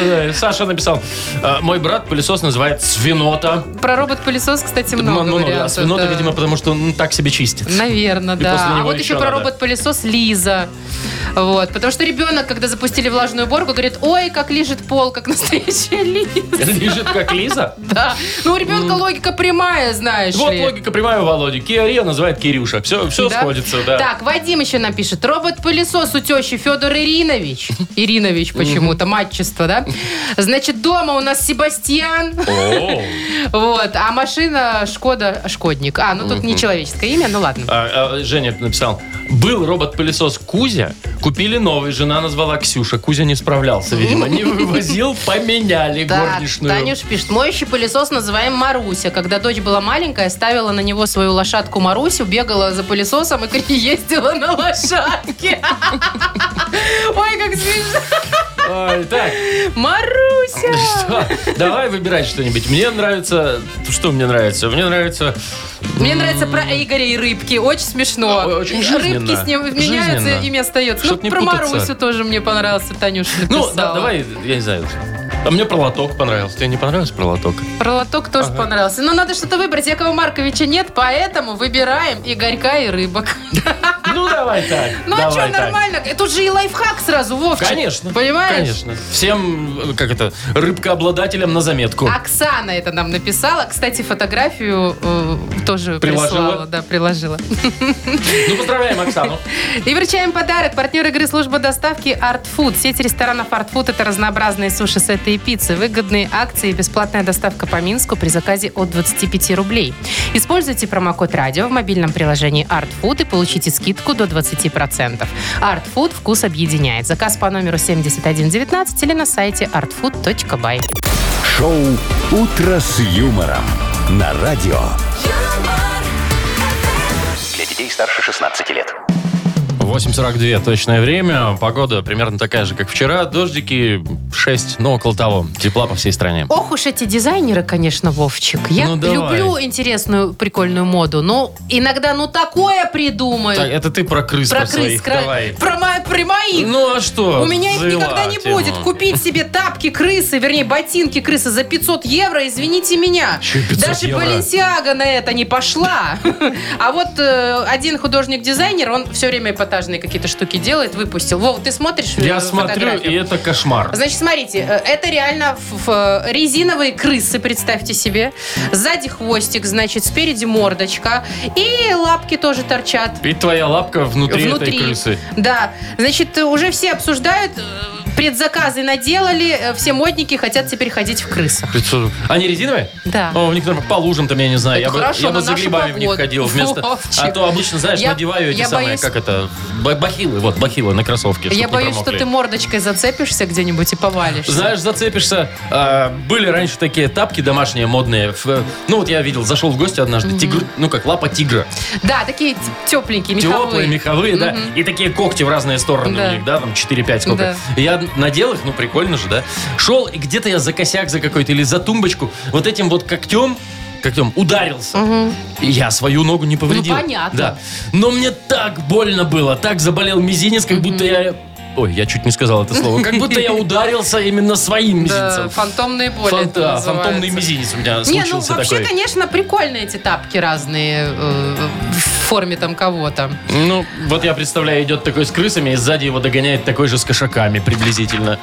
Э, Саша написал, «А, мой брат пылесос называет свинота.
Про робот-пылесос, кстати,
Ну,
много
ну, да,
вариантов,
свинота,
да.
видимо, потому что он так себе чистит.
Наверное,
И после
да. А
него
вот
еще
еще про
надо.
робот-пылесос Лиза. Вот, потому что ребенок, когда запустили влажную уборку, говорит, ой, как лежит пол, как настоящая Лиза.
Лежит как Лиза.
Да. Ну, у ребенка логика прямая, знаешь
Вот
ли.
логика прямая у Володи. Киа Рио называет Кирюша. Все, все
Да?
сходится, да.
Так, Вадим еще нам пишет. Робот-пылесос у тещи Федор Иринович. Иринович почему-то, матчество, да? Значит, дома у нас Себастьян.
О.
Вот, а машина Шкода Шкодник. А, ну тут не человеческое имя, ну ладно.
А, а, Женя написал. Был робот-пылесос Кузя, купили новый, жена назвала Ксюша. Кузя не справлялся, видимо, не вывозил, поменяли
Да,
горничную.
Танюш пишет, моющий пылесос называем Маруся. Когда дочь была маленькая, ставила на него свою лошадку Марусю, бегала за пылесосом и кри- ездила на лошадке. Ой, как смешно.
Ой, так,
Маруся!
что? Давай выбирать что-нибудь. Мне нравится... Что мне нравится? Мне нравится...
Мне нравится про Игоря и рыбки. Очень смешно.
Ой, А, очень
Рыбки
жизненно.
с ним меняются,
Жизненно.
имя остается.
Чтоб
ну,
не
про
путаться.
Марусю тоже мне понравился, Танюша
Ну,
написала.
да, давай, я не знаю. А мне про лоток понравился. Тебе не понравился про лоток?
Про лоток тоже понравился. Но надо что-то выбрать. Якова Марковича нет, поэтому выбираем Игорька и рыбок.
Ну, давай так.
Ну а что,
давай так.
нормально? И Тут же и лайфхак сразу, Вовчик.
Конечно.
Понимаешь?
Конечно. Всем, э, как это, рыбкообладателям на заметку.
А Оксана это нам написала. Кстати, фотографию э, тоже
Приложила?
прислала. Да, приложила.
Ну, поздравляем Оксану.
И вручаем подарок. Партнер игры служба доставки Art Food. Сеть ресторанов Art Food это разнообразные суши, сеты и пиццы. Выгодные акции и бесплатная доставка по Минску при заказе от 25 рублей. Используйте промокод радио в мобильном приложении Art Food и получите скидку до 20%. Art Food вкус объединяет. Заказ по номеру 7119 или на сайте artfood.by.
Шоу «Утро с юмором» на радио.
Для детей старше 16 лет.
8.42 точное время. Погода примерно такая же, как вчера. Дождики 6, ну, около того. Тепла по всей стране.
Ох уж эти дизайнеры, конечно, Вовчик. Я
Ну, давай.
люблю интересную, прикольную моду, но иногда ну такое придумают.
Так, это ты про крыс
про
про своих.
крыс, кра-
Давай.
про, мо- про моих.
Ну, а что?
У меня их
Завела
никогда не
тему.
будет. Купить себе тапки крысы, вернее, ботинки крысы за 500 евро, извините меня.
Чё 500
Даже
евро?
Баленсиага на это не пошла. А вот э, один художник-дизайнер, он все время эпатажные какие-то штуки делает, выпустил. Вов, ты смотришь э,
Я смотрю,
фотографию?
и это кошмар.
Значит, смотрите, э, это реально ф- ф- резиновые крысы, представьте себе. Сзади хвостик, значит, спереди мордочка. И лапки тоже торчат.
И твоя лапка внутри, этой крысы.
Да. Значит, э, уже все обсуждают, э, предзаказы наделали, э, все модники хотят теперь ходить в крысах.
500. Они резиновые?
Да.
О, в них там по лужам там, я не знаю.
Это
я бы,
хорошо,
я
на
бы за
нашу
грибами в них
погоду.
ходил вместо...
Вовчик.
А то обычно, знаешь,
Я-
надеваю эти
я
самые,
боюсь-
как это, ба- бахилы, вот, бахилы на кроссовке. чтоб
Я
не
боюсь, что
промокли.
ты мордочкой зацепишься где-нибудь и повалишься.
Знаешь, зацепишься. А, были раньше такие тапки домашние, модные. Ф- Ну, вот я видел, зашел в гости однажды, тигр, ну, как лапа тигра.
Да, такие т- тепленькие, меховые.
Теплые, меховые, да. И такие когти в разные стороны
Да.
у них, да, там 4-5 сколько.
Да.
Я надел их, ну, прикольно же, да. Шел, и где-то я за косяк за какой-то или за тумбочку вот этим вот когтем когтем ударился. И Я свою ногу не повредил.
Ну, понятно.
Да. Но мне так больно было, так заболел мизинец, как будто я... Ой, я чуть не сказал это слово. Как будто я ударился именно своим
Да,
мизинцем.
фантомные боли
Фан-
это
да,
называется.
фантомный мизинец у меня
Не, ну
случился
вообще,
такой.
конечно, прикольные эти тапки разные э, в форме там кого-то.
Ну, вот я представляю, идет такой с крысами, и сзади его догоняет такой же с кошаками приблизительно.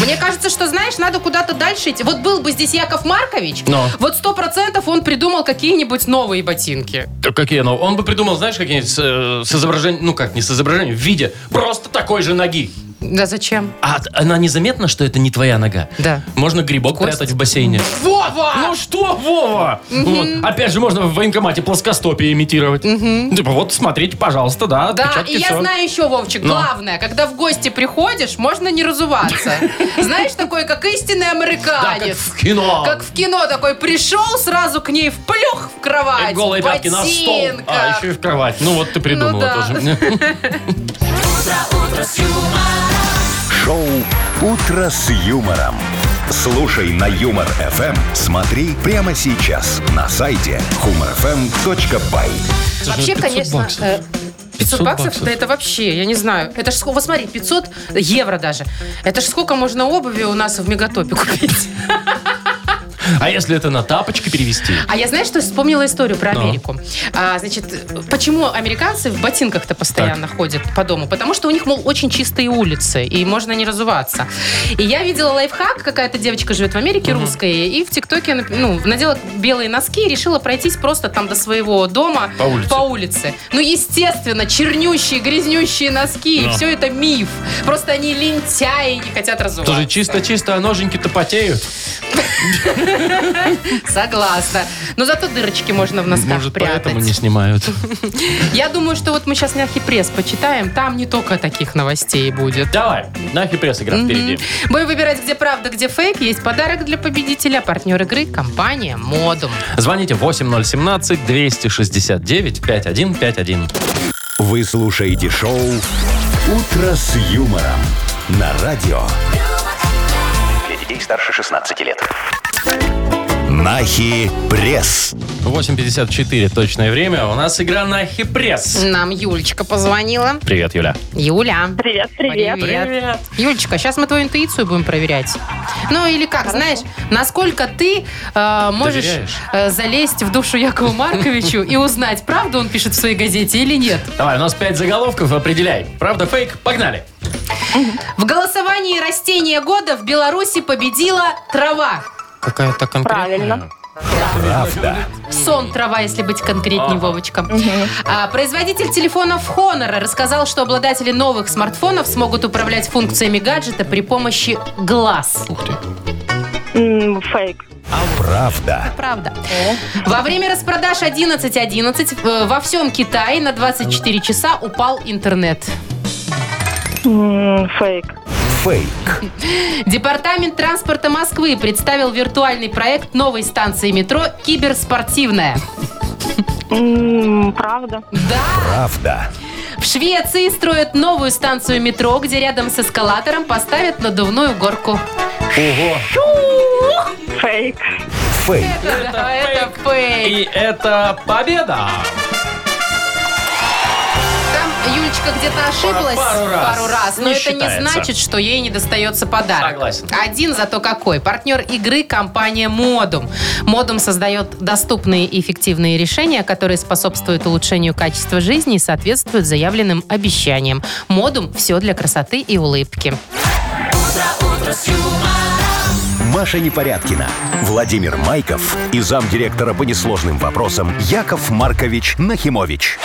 Мне кажется, что, знаешь, надо куда-то дальше идти. Вот был бы здесь Яков Маркович,
Но.
вот сто процентов он придумал какие-нибудь новые ботинки.
Да Какие ну? Он бы придумал, знаешь, какие-нибудь с, э, с изображением, ну как, не с изображением, в виде просто такой же ноги.
Да зачем?
А т- она незаметна, что это не твоя нога?
Да.
Можно грибок
Кость.
прятать в бассейне.
Вова!
Ну что, Вова? Вот. Опять же, можно в военкомате плоскостопие имитировать. Типа, вот, смотрите, пожалуйста, да,
Да,
отпечатки,
и я
всё.
знаю еще, Вовчик,
Но.
главное, когда в гости приходишь, можно не разуваться. Знаешь, такой, как истинный
Да, как
американец.
в кино.
Как в кино такой пришел, сразу к ней вплюх в кровать.
И Э, голые
в
пятки на стол. А,
ботинках.
еще и в кровать. Ну вот ты придумала
да.
тоже.
Шоу «Утро с юмором». Слушай на Юмор ФМ. Смотри прямо сейчас на сайте humorfm.by.
Вообще,
500
конечно,
ну баксов.
э, 500
500
баксов,
баксов.
да это вообще, я не знаю. Это ж сколько, вот смотри, 500 евро даже. Это ж сколько можно обуви у нас в Мегатопе купить.
А если это на тапочки перевести?
А я, знаешь, что вспомнила историю про
Ну.
Америку. А, значит, почему американцы в ботинках-то постоянно ходят по дому? Потому что у них, мол, очень чистые улицы, и можно не разуваться. И я видела лайфхак, какая-то девочка живет в Америке, русская, и в ТикТоке ну, надела белые носки и решила пройтись просто там до своего дома
По улице.
улице. Ну, естественно, чернющие, грязнющие носки, и
Ну.
все это миф. Просто они лентяи и не хотят разуваться.
Тоже чисто-чисто, а ноженьки-то потеют.
Согласна. Но зато дырочки можно в носках
Может,
прятать.
поэтому не снимают.
Я думаю, что вот мы сейчас мягкий пресс почитаем, там не только таких новостей будет.
Давай, на пресс игра впереди.
Будем выбирать, где правда, где фейк. Есть подарок для победителя. Партнер игры – компания «Модум».
Звоните 8017-269-5151.
Вы слушаете шоу «Утро с юмором» на радио.
Для детей старше 16 лет.
Нахи пресс.
8.54 точное время. У нас игра на пресс.
Нам Юлечка позвонила.
Привет, Юля.
Юля.
Привет, привет.
Привет. Юлечка, сейчас мы твою интуицию будем проверять. Ну или как, знаешь, насколько ты э, можешь
Доверяешь?
э, залезть в душу Якову Марковичу и узнать, правду он пишет в своей газете или нет.
Давай, у нас 5 заголовков, определяй. Правда, фейк? Погнали.
В голосовании растения года в Беларуси победила трава.
Какая-то
Правильно.
Сон трава, если быть конкретней, Вовочка. А, производитель телефонов Honor рассказал, что обладатели новых смартфонов смогут управлять функциями гаджета при помощи глаз.
Ух ты.
М, Фейк.
Правда.
Правда. Во время распродаж 11.11 э, во всем Китае на 24 часа упал интернет.
М, Фейк.
Фейк.
Департамент транспорта Москвы представил виртуальный проект новой станции метро «Киберспортивная».
М, Правда.
Да!
Правда.
В В Швеции строят новую станцию метро, где рядом с эскалатором поставят надувную горку.
Ого.
Фейк.
Фейк.
Да, А это фейк.
И это победа!
Там Юлечка где-то ошиблась
пару раз.
но
Не
это
считается.
не значит, что ей не достается подарок.
Согласен.
Один зато какой. Партнер игры – компания «Модум». «Модум» создает доступные и эффективные решения, которые способствуют улучшению качества жизни и соответствуют заявленным обещаниям. «Модум» – все для красоты и улыбки.
Маша Непорядкина, Владимир Майков и замдиректора по несложным вопросам Яков Маркович Нахимович.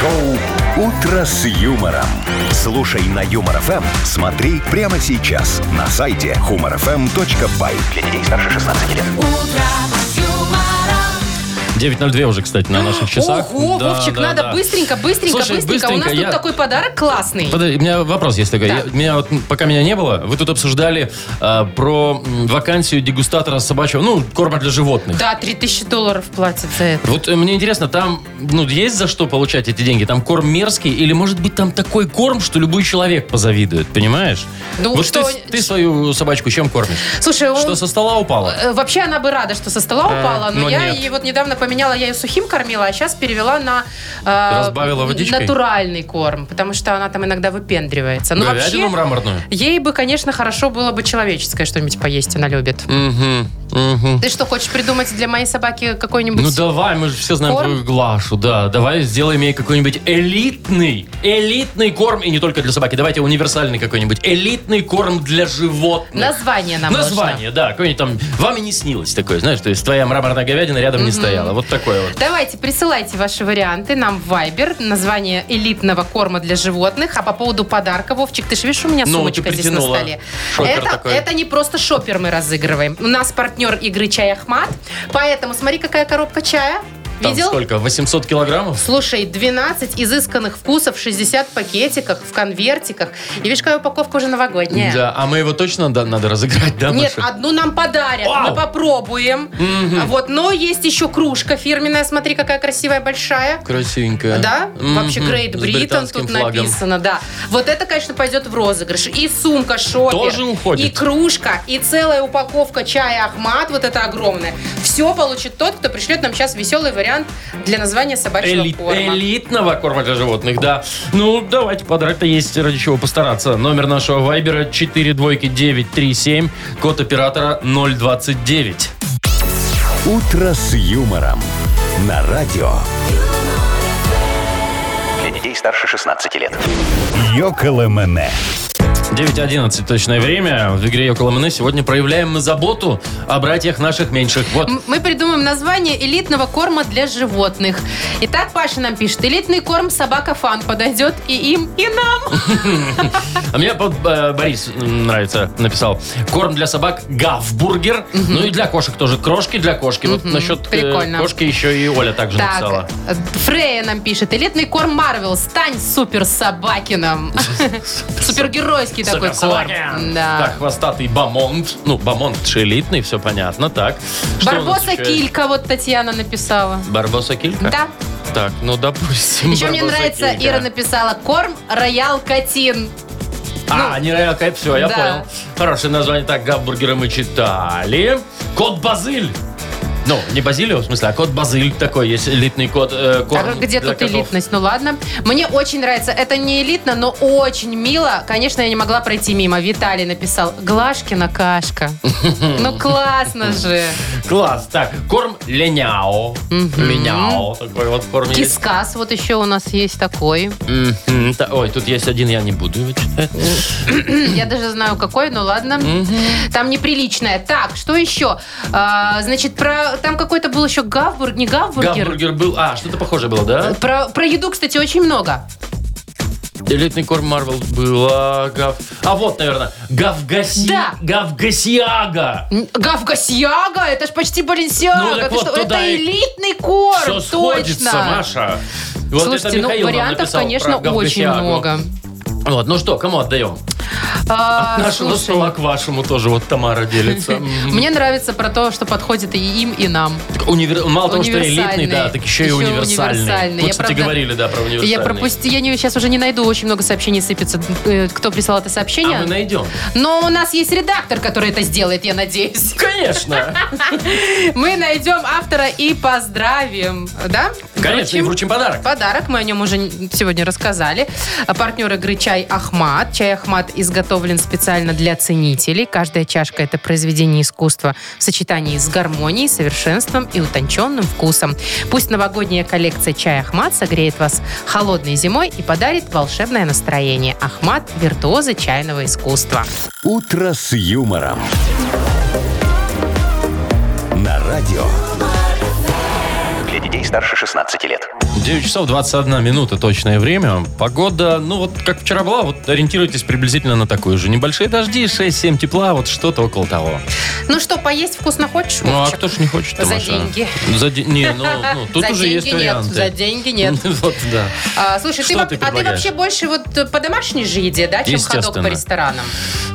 Шоу «Утро с юмором». Слушай на Юмор ФМ, смотри прямо сейчас на сайте humorfm.by.
Для детей старше 16 лет.
9.02 уже, кстати, на наших часах.
А, Ого,
Да,
Вовчик,
да,
надо
да.
быстренько, быстренько,
Слушай,
быстренько. У нас
быстренько, я-
тут такой подарок классный.
Подожди, у меня вопрос есть такой.
Да.
Я- меня вот, м, пока меня не было, вы тут обсуждали э, про м, вакансию дегустатора собачьего, ну, корма для животных.
Да, 3000 долларов платят за это.
Вот э, мне интересно, там ну, есть за что получать эти деньги? Там корм мерзкий или, может быть, там такой корм, что любой человек позавидует, понимаешь?
Ну,
вот
что- Ну,
ты, ты свою собачку чем кормишь?
Слушай, он-
Что со стола упало?
Э, Вообще она бы рада, что со стола
Э,
упала, но,
но
я
нет.
ее вот недавно поменяла, я ее сухим кормила, а сейчас перевела на э,
Разбавила водичкой?
натуральный корм, потому что она там иногда выпендривается. Ну
Говядину
вообще,
мраморную?
ей бы, конечно, хорошо было бы человеческое что-нибудь поесть, она любит.
Угу, угу.
Ты что, хочешь придумать для моей собаки какой-нибудь...
Ну давай, мы же все знаем
корм?
твою Глашу, да. Давай сделаем ей какой-нибудь элитный, элитный корм, и не только для собаки. Давайте универсальный какой-нибудь. Элитный корм для животных.
Название нам нужно.
Название, да. Какое-нибудь там «Вам и не снилось» такое, знаешь, то есть твоя мраморная говядина рядом не стояла. Вот такое вот.
Давайте, присылайте ваши варианты нам в Viber. Название элитного корма для животных. А по поводу подарка, Вовчик, ты же видишь, у меня
Ну,
сумочка
ты
здесь на
притянула.
столе.
Шопер
это,
такой.
это не просто шопер мы разыгрываем. У нас партнер игры «Чай Ахмат». Поэтому смотри, какая коробка чая.
Там
Видел?
сколько? 800 килограммов?
Слушай, 12 изысканных вкусов, 60 пакетиках, в конвертиках. И видишь, какая упаковка уже новогодняя.
Да, а мы его точно да, надо разыграть, да,
Нет,
Маша?
одну нам подарят.
Вау!
Мы попробуем.
Мгм.
Вот, но есть еще кружка фирменная. Смотри, какая красивая, большая.
Красивенькая.
а- Да?
Мгм.
Вообще Great
С
Britain
британским
тут
флагом.
написано, да. Вот это, конечно, пойдет в розыгрыш. И сумка шопер.
Тоже уходит?
И кружка, и целая упаковка чая Ахмат, вот это огромная. Все получит тот, кто пришлет нам сейчас веселый вариант для названия собачьего
Эли-
корма.
Элитного корма для животных, да. Ну, давайте, подарок-то есть ради чего постараться. Номер нашего вайбера 42937, код оператора 029.
«Утро с юмором» на радио
Для детей старше 16 лет.
«Йоколэмэне».
9.11 точное время. В игре «Около МН» сегодня проявляем мы заботу о братьях наших меньших. Вот.
М- Мы придумаем название элитного корма для животных. Итак, Паша нам пишет, элитный корм собака фан подойдет и им, и нам.
А мне вот, э, Борис м, нравится, написал. Корм для собак гавбургер. Ну и для кошек тоже. Крошки для кошки. Вот насчет э,
Прикольно.
кошки еще и Оля также написала.
Так, э, Фрея нам пишет, элитный корм Марвел, стань супер собакином. Супергеройский такой корм.
Собаки.
Да.
Так, хвостатый бамонт. Ну, бамонт же элитный, все понятно, так. Что у нас
Барбоса
еще
Килька, вот Татьяна написала.
есть? Барбоса Килька?
Да.
Так, ну, допустим.
Еще мне
Барбоса
нравится,
Килька.
Ира написала, корм Роял Катин.
А, не Роял Кайп, все, я
ну. Да.
понял. Хорошее название. Так, гамбургеры мы читали. Кот Базиль. Ну, не Базилио, в смысле, а кот Базиль такой есть, элитный кот. э, корм
А где
для
тут
котов.
элитность? Ну ладно. Мне очень нравится. Это не элитно, но очень мило. Конечно, я не могла пройти мимо. Виталий написал. Глашкина кашка. Ну классно же.
Класс. Так, корм леняо. Леняо. Такой вот корм есть.
Кискас вот еще у нас есть такой.
Мгм. Та- Ой, тут есть один, я не буду его читать.
Я даже знаю, какой, но ладно. Там неприличное. Так, что еще? А, Значит, про там какой-то был еще гавбург, не гавбургер. Э,
Гамбургер был. А, что-то похожее было, да?
Про, про еду, кстати, очень много.
Элитный корм Марвел был. А, гав... а вот, наверное, Гавгаси...
Да.
Гавгасиага.
Гавгасьяга, это ж почти
Ну,
Баленсиага.
так
Ты
вот
что,
туда
это
и-
элитный корм,
Все
точно.
сходится, Маша. Вот это
Слушайте, ну
Михаил нам
вариантов,
написал про
конечно, очень
Гавгасиагу.
много.
Вот, ну что, кому отдаем?
А,
Нашего
слушай,
стола к вашему тоже вот Тамара делится. М.
Мне нравится про то, что подходит и им, и нам.
Так универ- Мало того, что элитный,
Универсальный.
да, так еще, и
Еще
универсальный.
универсальный.
Вот,
Я,
кстати,
правда,
говорили, да, про универсальный. А
Я пропустила, я не, сейчас уже не найду, очень много сообщений сыпется. э, Кто прислал это сообщение?
А мы найдем.
Но у нас есть редактор, который это сделает, я надеюсь.
Конечно.
Мы найдем автора и поздравим. Да?
Конечно, и
Вручим?
вручим подарок.
Подарок, мы о нем уже сегодня рассказали. А Партнер игры «Чай Ахмат». Чай Ахмат изготовлен специально для ценителей. Каждая чашка – это произведение искусства в сочетании с гармонией, совершенством и утонченным вкусом. Пусть новогодняя коллекция «Чай Ахмат» согреет вас холодной зимой и подарит волшебное настроение. Ахмат – виртуозы чайного искусства.
«Утро с юмором». На радио.
Для детей старше 16 лет.
9 часов 21 минута точное время. Погода, ну вот как вчера была, вот ориентируйтесь приблизительно на такую же. Небольшие дожди, 6-7 тепла, вот что-то около того.
Ну что, поесть вкусно хочешь,
Ну а
Вовчик?
кто ж не хочет
За деньги.
За де- Не, ну, ну, тут
За
уже
деньги
есть
нет,
варианты.
за деньги нет.
Вот, да.
А, слушай, ты,
Что
во-
ты
а ты
предлагаешь?
вообще больше вот э, по домашней же еде, да, чем ходок по
Естественно.
ресторанам?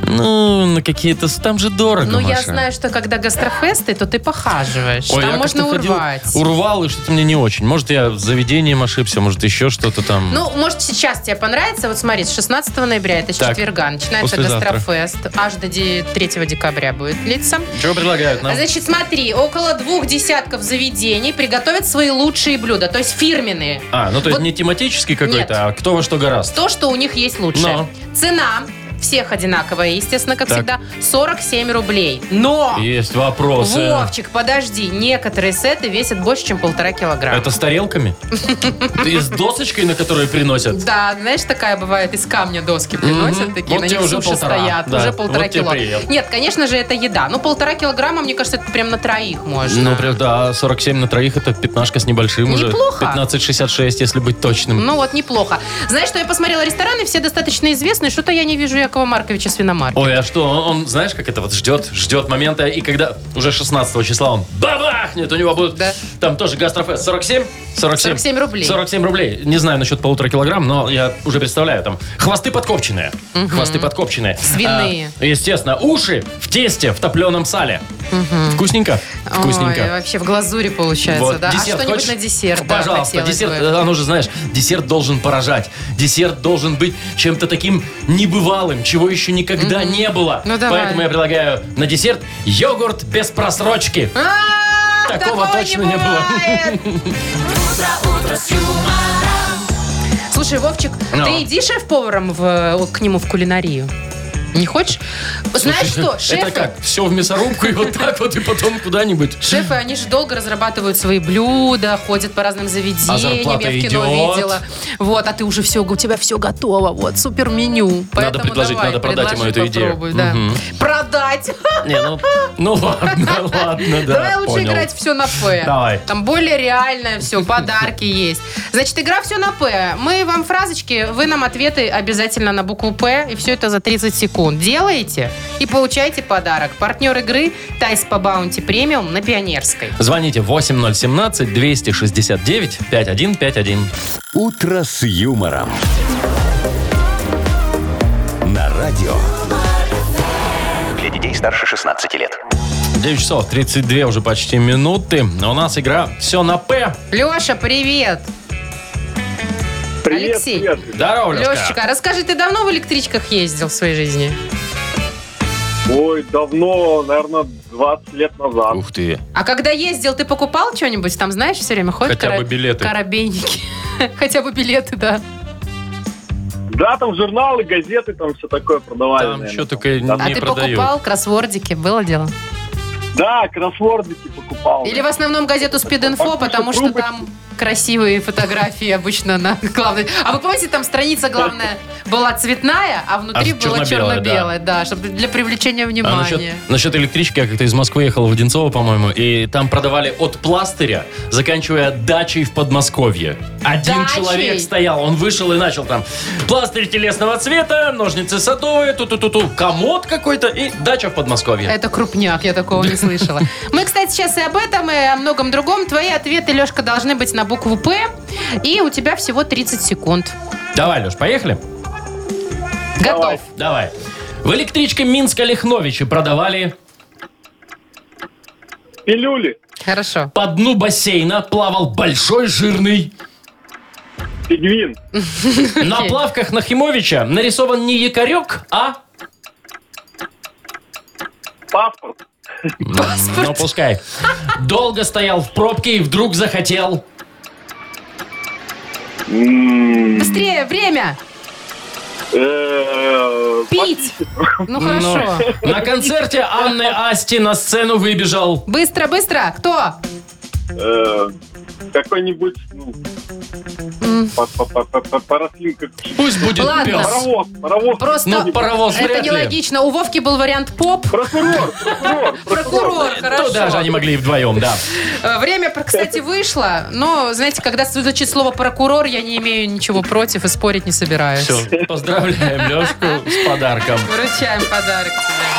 Ну, на какие-то... с- Там же дорого,
Ну, я
Маша.
знаю, что когда гастрофесты, то ты похаживаешь.
Ой, я
Там
как-то
можно
ходил,
урвать.
урвал, и что-то мне не очень. Может, я с заведением ошибся, может, еще что-то там.
Ну, может, сейчас тебе понравится. Вот смотри, с 16 ноября, это с
Так,
четверга, начинается
послезавтра.
гастрофест. Аж до де- 3 декабря будет длиться.
Чего предлагают нам?
Значит, смотри, около двух десятков заведений приготовят свои лучшие блюда, то есть фирменные.
А, ну то есть
Вот-
не тематический
Нет.
какой-то, а кто во что гораст.
То, что у них есть лучше.
Но.
Цена всех одинаковая, естественно, как
Так.
всегда, 47 рублей. Но!
Есть э. вопросы.
Вовчик, подожди, некоторые сеты весят больше, чем полтора килограмма.
Это с тарелками? И с досочкой, на которую приносят?
Да, знаешь, такая бывает, из камня доски приносят
Мгм.
такие,
Вот
на
тебе
них
уже
суши
полтора,
стоят,
да.
уже полтора
Вот тебе
кило.
приел.
Нет, конечно же, это еда. Ну, полтора килограмма, мне кажется, это прям на троих можно.
Ну, прям, да, 47 на троих, это пятнашка с небольшим уже.
Неплохо.
15,66, если быть точным.
Ну вот, неплохо. Знаешь, что я посмотрела рестораны, все достаточно известные. Что-то я не вижу Якова Марковича с виномарки.
Ой, а что, он, он, знаешь, как это вот ждет, ждет момента, и когда уже 16 числа он бабахнет, у него будут
Да.
там тоже гастрофест 47? 47?
47 рублей.
47 рублей. Не знаю насчет полутора килограмм, но я уже представляю, там хвосты подкопченные. Хвосты подкопченные.
Свиные.
А, естественно, уши в тесте, в топленом сале. Вкусненько?
Ой,
Вкусненько.
вообще в глазури получается,
Вот.
да?
Десерт
а что-нибудь
хочешь?
на десерт, да,
Пожалуйста,
хотелось
десерт,
бы.
э, оно же, знаешь, десерт должен поражать. Десерт должен быть чем-то таким небывалым, чего еще никогда не было.
Ну, давай.
Поэтому я предлагаю на десерт йогурт без просрочки.
А,
э, Такого
такого
точно не было.
бывает. Слушай, Вовчик,
Ну.
ты иди шеф-поваром в, э, к нему в кулинарию. Не хочешь? Знаешь что, шефы,
Это как, все в мясорубку и вот так вот, и потом куда-нибудь.
шефы, они же долго разрабатывают свои блюда, ходят по разным заведениям,
А зарплата
я в кино
идет.
видела. Вот, а ты уже все, у тебя все готово, вот, супер меню.
Надо предложить, надо продать ему эту идею.
да.
Мгм.
Продать!
Не, ну, ну ладно, ладно, да,
Давай лучше
понял.
играть все на П.
Давай.
Там более реальное все, подарки есть. Значит, игра все на П. Мы вам фразочки, вы нам ответы обязательно на букву П. И все это за 30 секунд. Делаете и получаете подарок. Партнер игры Тайс по Баунти Премиум на Пионерской.
Звоните 8017-269-5151.
«Утро с юмором». На радио.
Для детей старше 16 лет.
9 часов 32 уже почти минуты. А У нас игра «Все на П».
Леша, привет.
Привет,
Алексей.
привет.
Здорово, Лешка.
Лешечка, расскажи, ты давно в электричках ездил в своей жизни?
Ой, давно, наверное, 20 лет назад.
Ух ты.
А когда ездил, ты покупал что-нибудь? Там, знаешь, все время ходят
Хотя бы билеты.
Корабейники. Хотя бы билеты, да.
Да, там журналы, газеты, там все такое продавали.
Там
наверное.
что только
Да.
А
не
ты
продают.
покупал кроссвордики? Было дело?
Да, кроссвордики покупал.
Или в основном газету «Спид-инфо», потому что там красивые фотографии обычно на главной. А вы помните, там страница главная была цветная, а внутри
А
была
черно-белая, да.
черно-белая, да. чтобы для привлечения
А насчет,
внимания.
насчет электрички, я как-то из Москвы ехал в Одинцово, по-моему, и там продавали от пластыря, заканчивая дачей в Подмосковье. Один
Дачей?
человек стоял, он вышел и начал там пластырь телесного цвета, ножницы садовые, ту-ту-ту-ту, комод какой-то и дача в Подмосковье.
Это крупняк, я такого не слышала. Мы, кстати, сейчас и об этом, и о многом другом. Твои ответы, Лешка, должны быть на букву «П», и у тебя всего 30 секунд.
Давай, Леш, поехали.
Готов.
Давай. В электричке Минска-Лихновичи продавали
Пилюли,
Хорошо.
по дну бассейна плавал большой жирный.
пигвин,
На плавках Нахимовича нарисован не якорек, а...
паспорт,
Паспорт.
Ну, пускай. Долго стоял в пробке и вдруг захотел...
Быстрее, время!
э,
Пить! Ну хорошо.
Ну, на концерте Анны Асти на сцену выбежал.
Быстро, быстро! Кто?
э, какой-нибудь, ну, па- па- па- па- па- парослин, как
Пусть будет
Ладно.
пес.
паровоз, паровоз.
Просто
Ну, паровоз
это
вряд ли.
нелогично. У Вовки был вариант поп.
Прокурор, прокурор, прокурор.
Прокурор, хорошо.
Туда же Ну, они могли и вдвоем, да.
Э, Время, про- кстати, вышло, но, знаете, когда звучит слово «прокурор», я не имею ничего против и спорить не собираюсь.
Все, поздравляем Лешку с подарком.
Вручаем подарок тебе.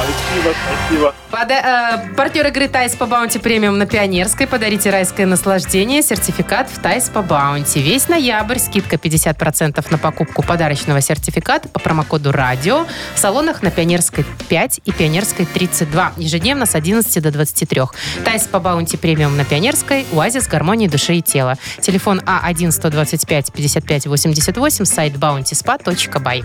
Спасибо, спасибо.
Пода- э, партнер игры «Тайс по баунти» премиум на Пионерской. Подарите райское наслаждение. Сертификат в «Тайс по баунти». Весь ноябрь скидка 50% на покупку подарочного сертификата по промокоду «Радио» в салонах на Пионерской 5 и Пионерской 32. Ежедневно с 11 до 23. «Тайс по баунти» премиум на Пионерской. Оазис гармонии души и тела. Телефон А А1-125-55-88, сайт bountyspa.by.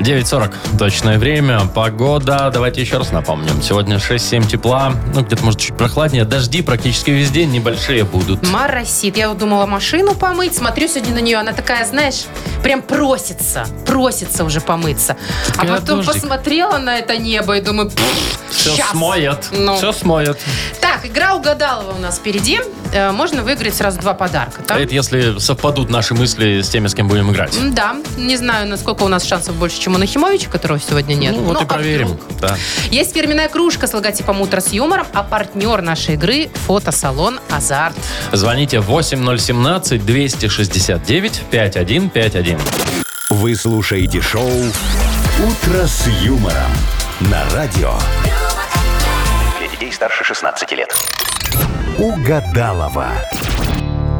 9.40. Точное время. Погода. Давайте еще раз напомним. Сегодня 6-7 тепла. Ну, где-то, может, чуть прохладнее. Дожди практически везде небольшие будут.
Моросит. Я вот думала машину помыть. Смотрю сегодня на нее. Она такая, знаешь, прям просится. Просится уже помыться. А
Такая
потом
дождик.
посмотрела на это небо и думаю,
Все
сейчас.
смоет.
Ну.
Все смоет.
Так, игра угадалова у нас впереди. Э, можно выиграть сразу два подарка.
А
Там-
Это если совпадут наши мысли с теми, с кем будем играть.
М, Да, не знаю, насколько у нас шансов больше, чем у Нахимовича, которого сегодня нет.
Ну, вот
Но,
и
а
проверим.
вдруг?
Да.
Есть фирменная кружка с логотипом «Утро с юмором», а партнер нашей игры – фотосалон «Азарт».
Звоните 8017-269-5151.
Вы слушаете шоу «Утро с юмором» на радио.
Для детей старше 16 лет.
Угадалова.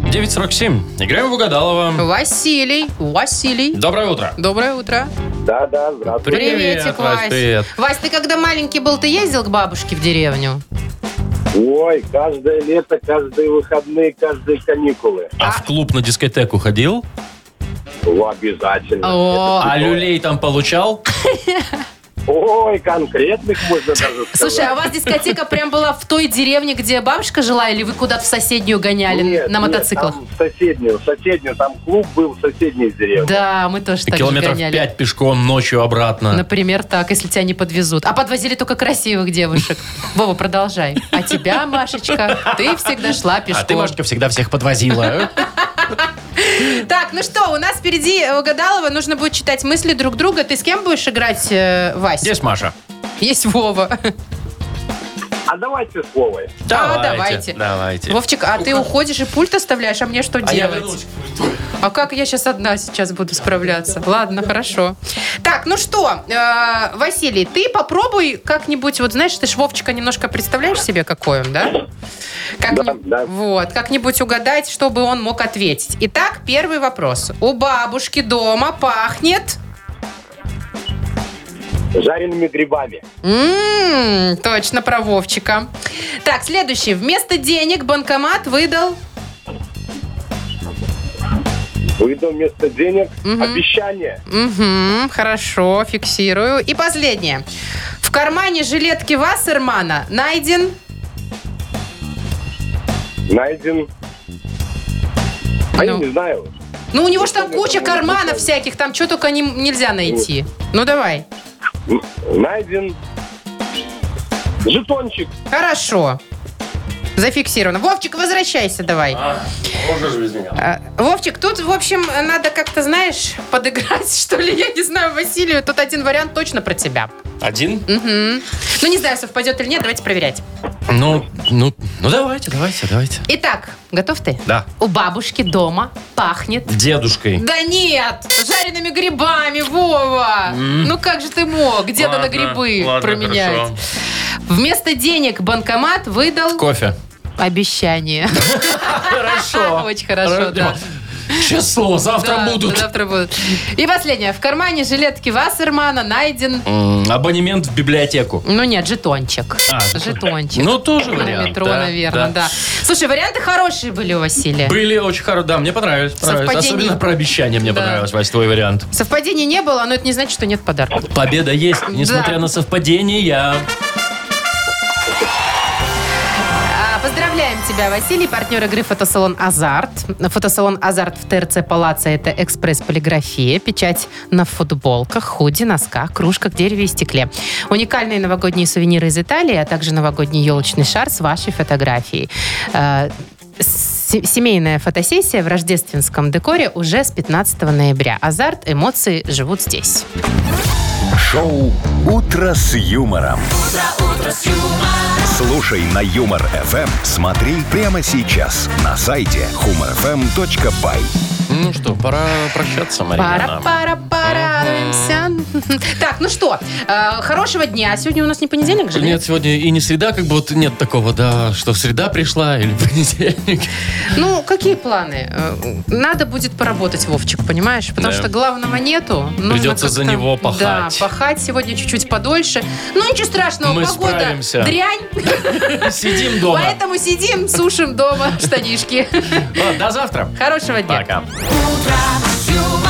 947. Играем в Угадалова.
Василий, Василий.
Доброе утро.
Доброе утро.
Да, да, здравствуйте.
Приветик, Вась.
Вась, Привет.
Вась, ты когда маленький был, ты ездил к бабушке в деревню?
Ой, каждое лето, каждые выходные, каждые каникулы.
А в клуб на дискотеку ходил?
О, обязательно.
О,
А люлей там получал?
Ой, конкретных можно даже сказать.
Слушай, а у вас дискотека прям была в той деревне, где бабушка жила, или вы куда-то в соседнюю гоняли
Нет,
на
нет,
мотоциклах?
там в соседнюю, в соседнюю, там клуб был в соседней деревне.
Да, мы тоже так же
Километров а.
гоняли.
5 пешком ночью обратно.
Например, так, если тебя не подвезут. А подвозили только красивых девушек. Вова, продолжай. А тебя, Машечка, ты всегда шла пешком.
А ты, Машка, всегда всех подвозила.
Так, ну что, у нас впереди э, Угадалова. Нужно будет читать мысли друг друга. Ты с кем будешь играть, э, Вась?
Здесь Маша.
Есть Вова.
А давайте слово.
Да, А, давайте.
Давайте.
Вовчик, а ты уходишь и пульт оставляешь, а мне что
А я вернусь
делать?
к пульту.
А как я сейчас одна сейчас буду справляться? Ладно, хорошо. Так, ну что, э, Василий, ты попробуй как-нибудь, вот знаешь, ты ж Вовчика немножко представляешь себе, какой он, да? Как
Да, да.
Вот, как-нибудь угадать, чтобы он мог ответить. Итак, первый вопрос. У бабушки дома пахнет...
Жареными грибами.
М, М-м, точно, про Вовчика. Так, следующий. Вместо денег банкомат выдал...
Выдал вместо денег
Мгм.
обещание.
Угу, хорошо, фиксирую. И последнее. В кармане жилетки Вассермана найден...
Найден. А я
Ну.
не знаю.
Ну, у него же там
Что-то
куча
там
карманов
написано.
всяких, там что только не- нельзя найти. Ну, давай.
М, Найден. Жетончик.
Хорошо. Зафиксировано. Вовчик, возвращайся давай. А, Вовчик, тут, в общем, надо как-то, знаешь, подыграть, что ли, я не знаю, Василию. Тут один вариант точно про тебя.
Один?
Мгм. Ну, не знаю, совпадет или нет, давайте проверять.
Ну, ну, ну давайте, давайте, давайте.
Итак, готов ты?
Да.
У бабушки дома пахнет
Дедушкой.
Да нет, жареными грибами, Вова.
М.
Ну как же ты мог деда на
Ладно,
грибы
ладно,
променять?
хорошо.
Вместо денег банкомат выдал
Кофе.
обещание.
Хорошо.
Очень хорошо, да.
Число, завтра
Да,
будут.
Завтра будут. И последнее. В кармане жилетки Вассермана найден...
М, Абонемент в библиотеку.
Ну нет, жетончик.
А,
Жетончик.
Ну, тоже
На
вариант.
метро,
да,
наверное, да. Слушай, варианты хорошие были у Василия.
Были очень хорошие, да, мне понравились. понравились.
Совпадений.
Особенно про обещание мне
Да.
понравилось, Вась, твой вариант.
Совпадений не было, но это не значит, что нет подарка.
Победа есть, несмотря
Да.
на совпадение.
А, Поздравляем тебя, Василий, партнер игры «Фотосалон Азарт». Фотосалон «Азарт» в ТРЦ «Палаца» — это экспресс-полиграфия, печать на футболках, худи, носках, кружках, дереве и стекле. Уникальные новогодние сувениры из Италии, а также новогодний елочный шар с вашей фотографией. Э, се- Семейная фотосессия в рождественском декоре уже с 15 ноября. Азарт, эмоции живут здесь.
Шоу «Утро с юмором». Слушай на Юмор ФМ, смотри прямо сейчас на сайте humorfm.by.
Ну что, пора прощаться,
пара
Марина.
пара порадуемся. Так, ну что, э, хорошего дня. Сегодня у нас не понедельник же?
Нет, сегодня и не среда, как бы вот нет такого, да, что среда пришла или понедельник.
Ну, какие планы? Э, Надо будет поработать, Вовчик, понимаешь? Потому
Да.
что главного нету. Нужно
Придется за
как-то-
него пахать.
Да, пахать сегодня чуть-чуть подольше. Ну, ничего страшного,
Мы
погода
справимся.
дрянь.
Сидим дома.
Поэтому сидим, сушим дома штанишки.
Ладно, До завтра.
Хорошего дня.
Пока.
юмор.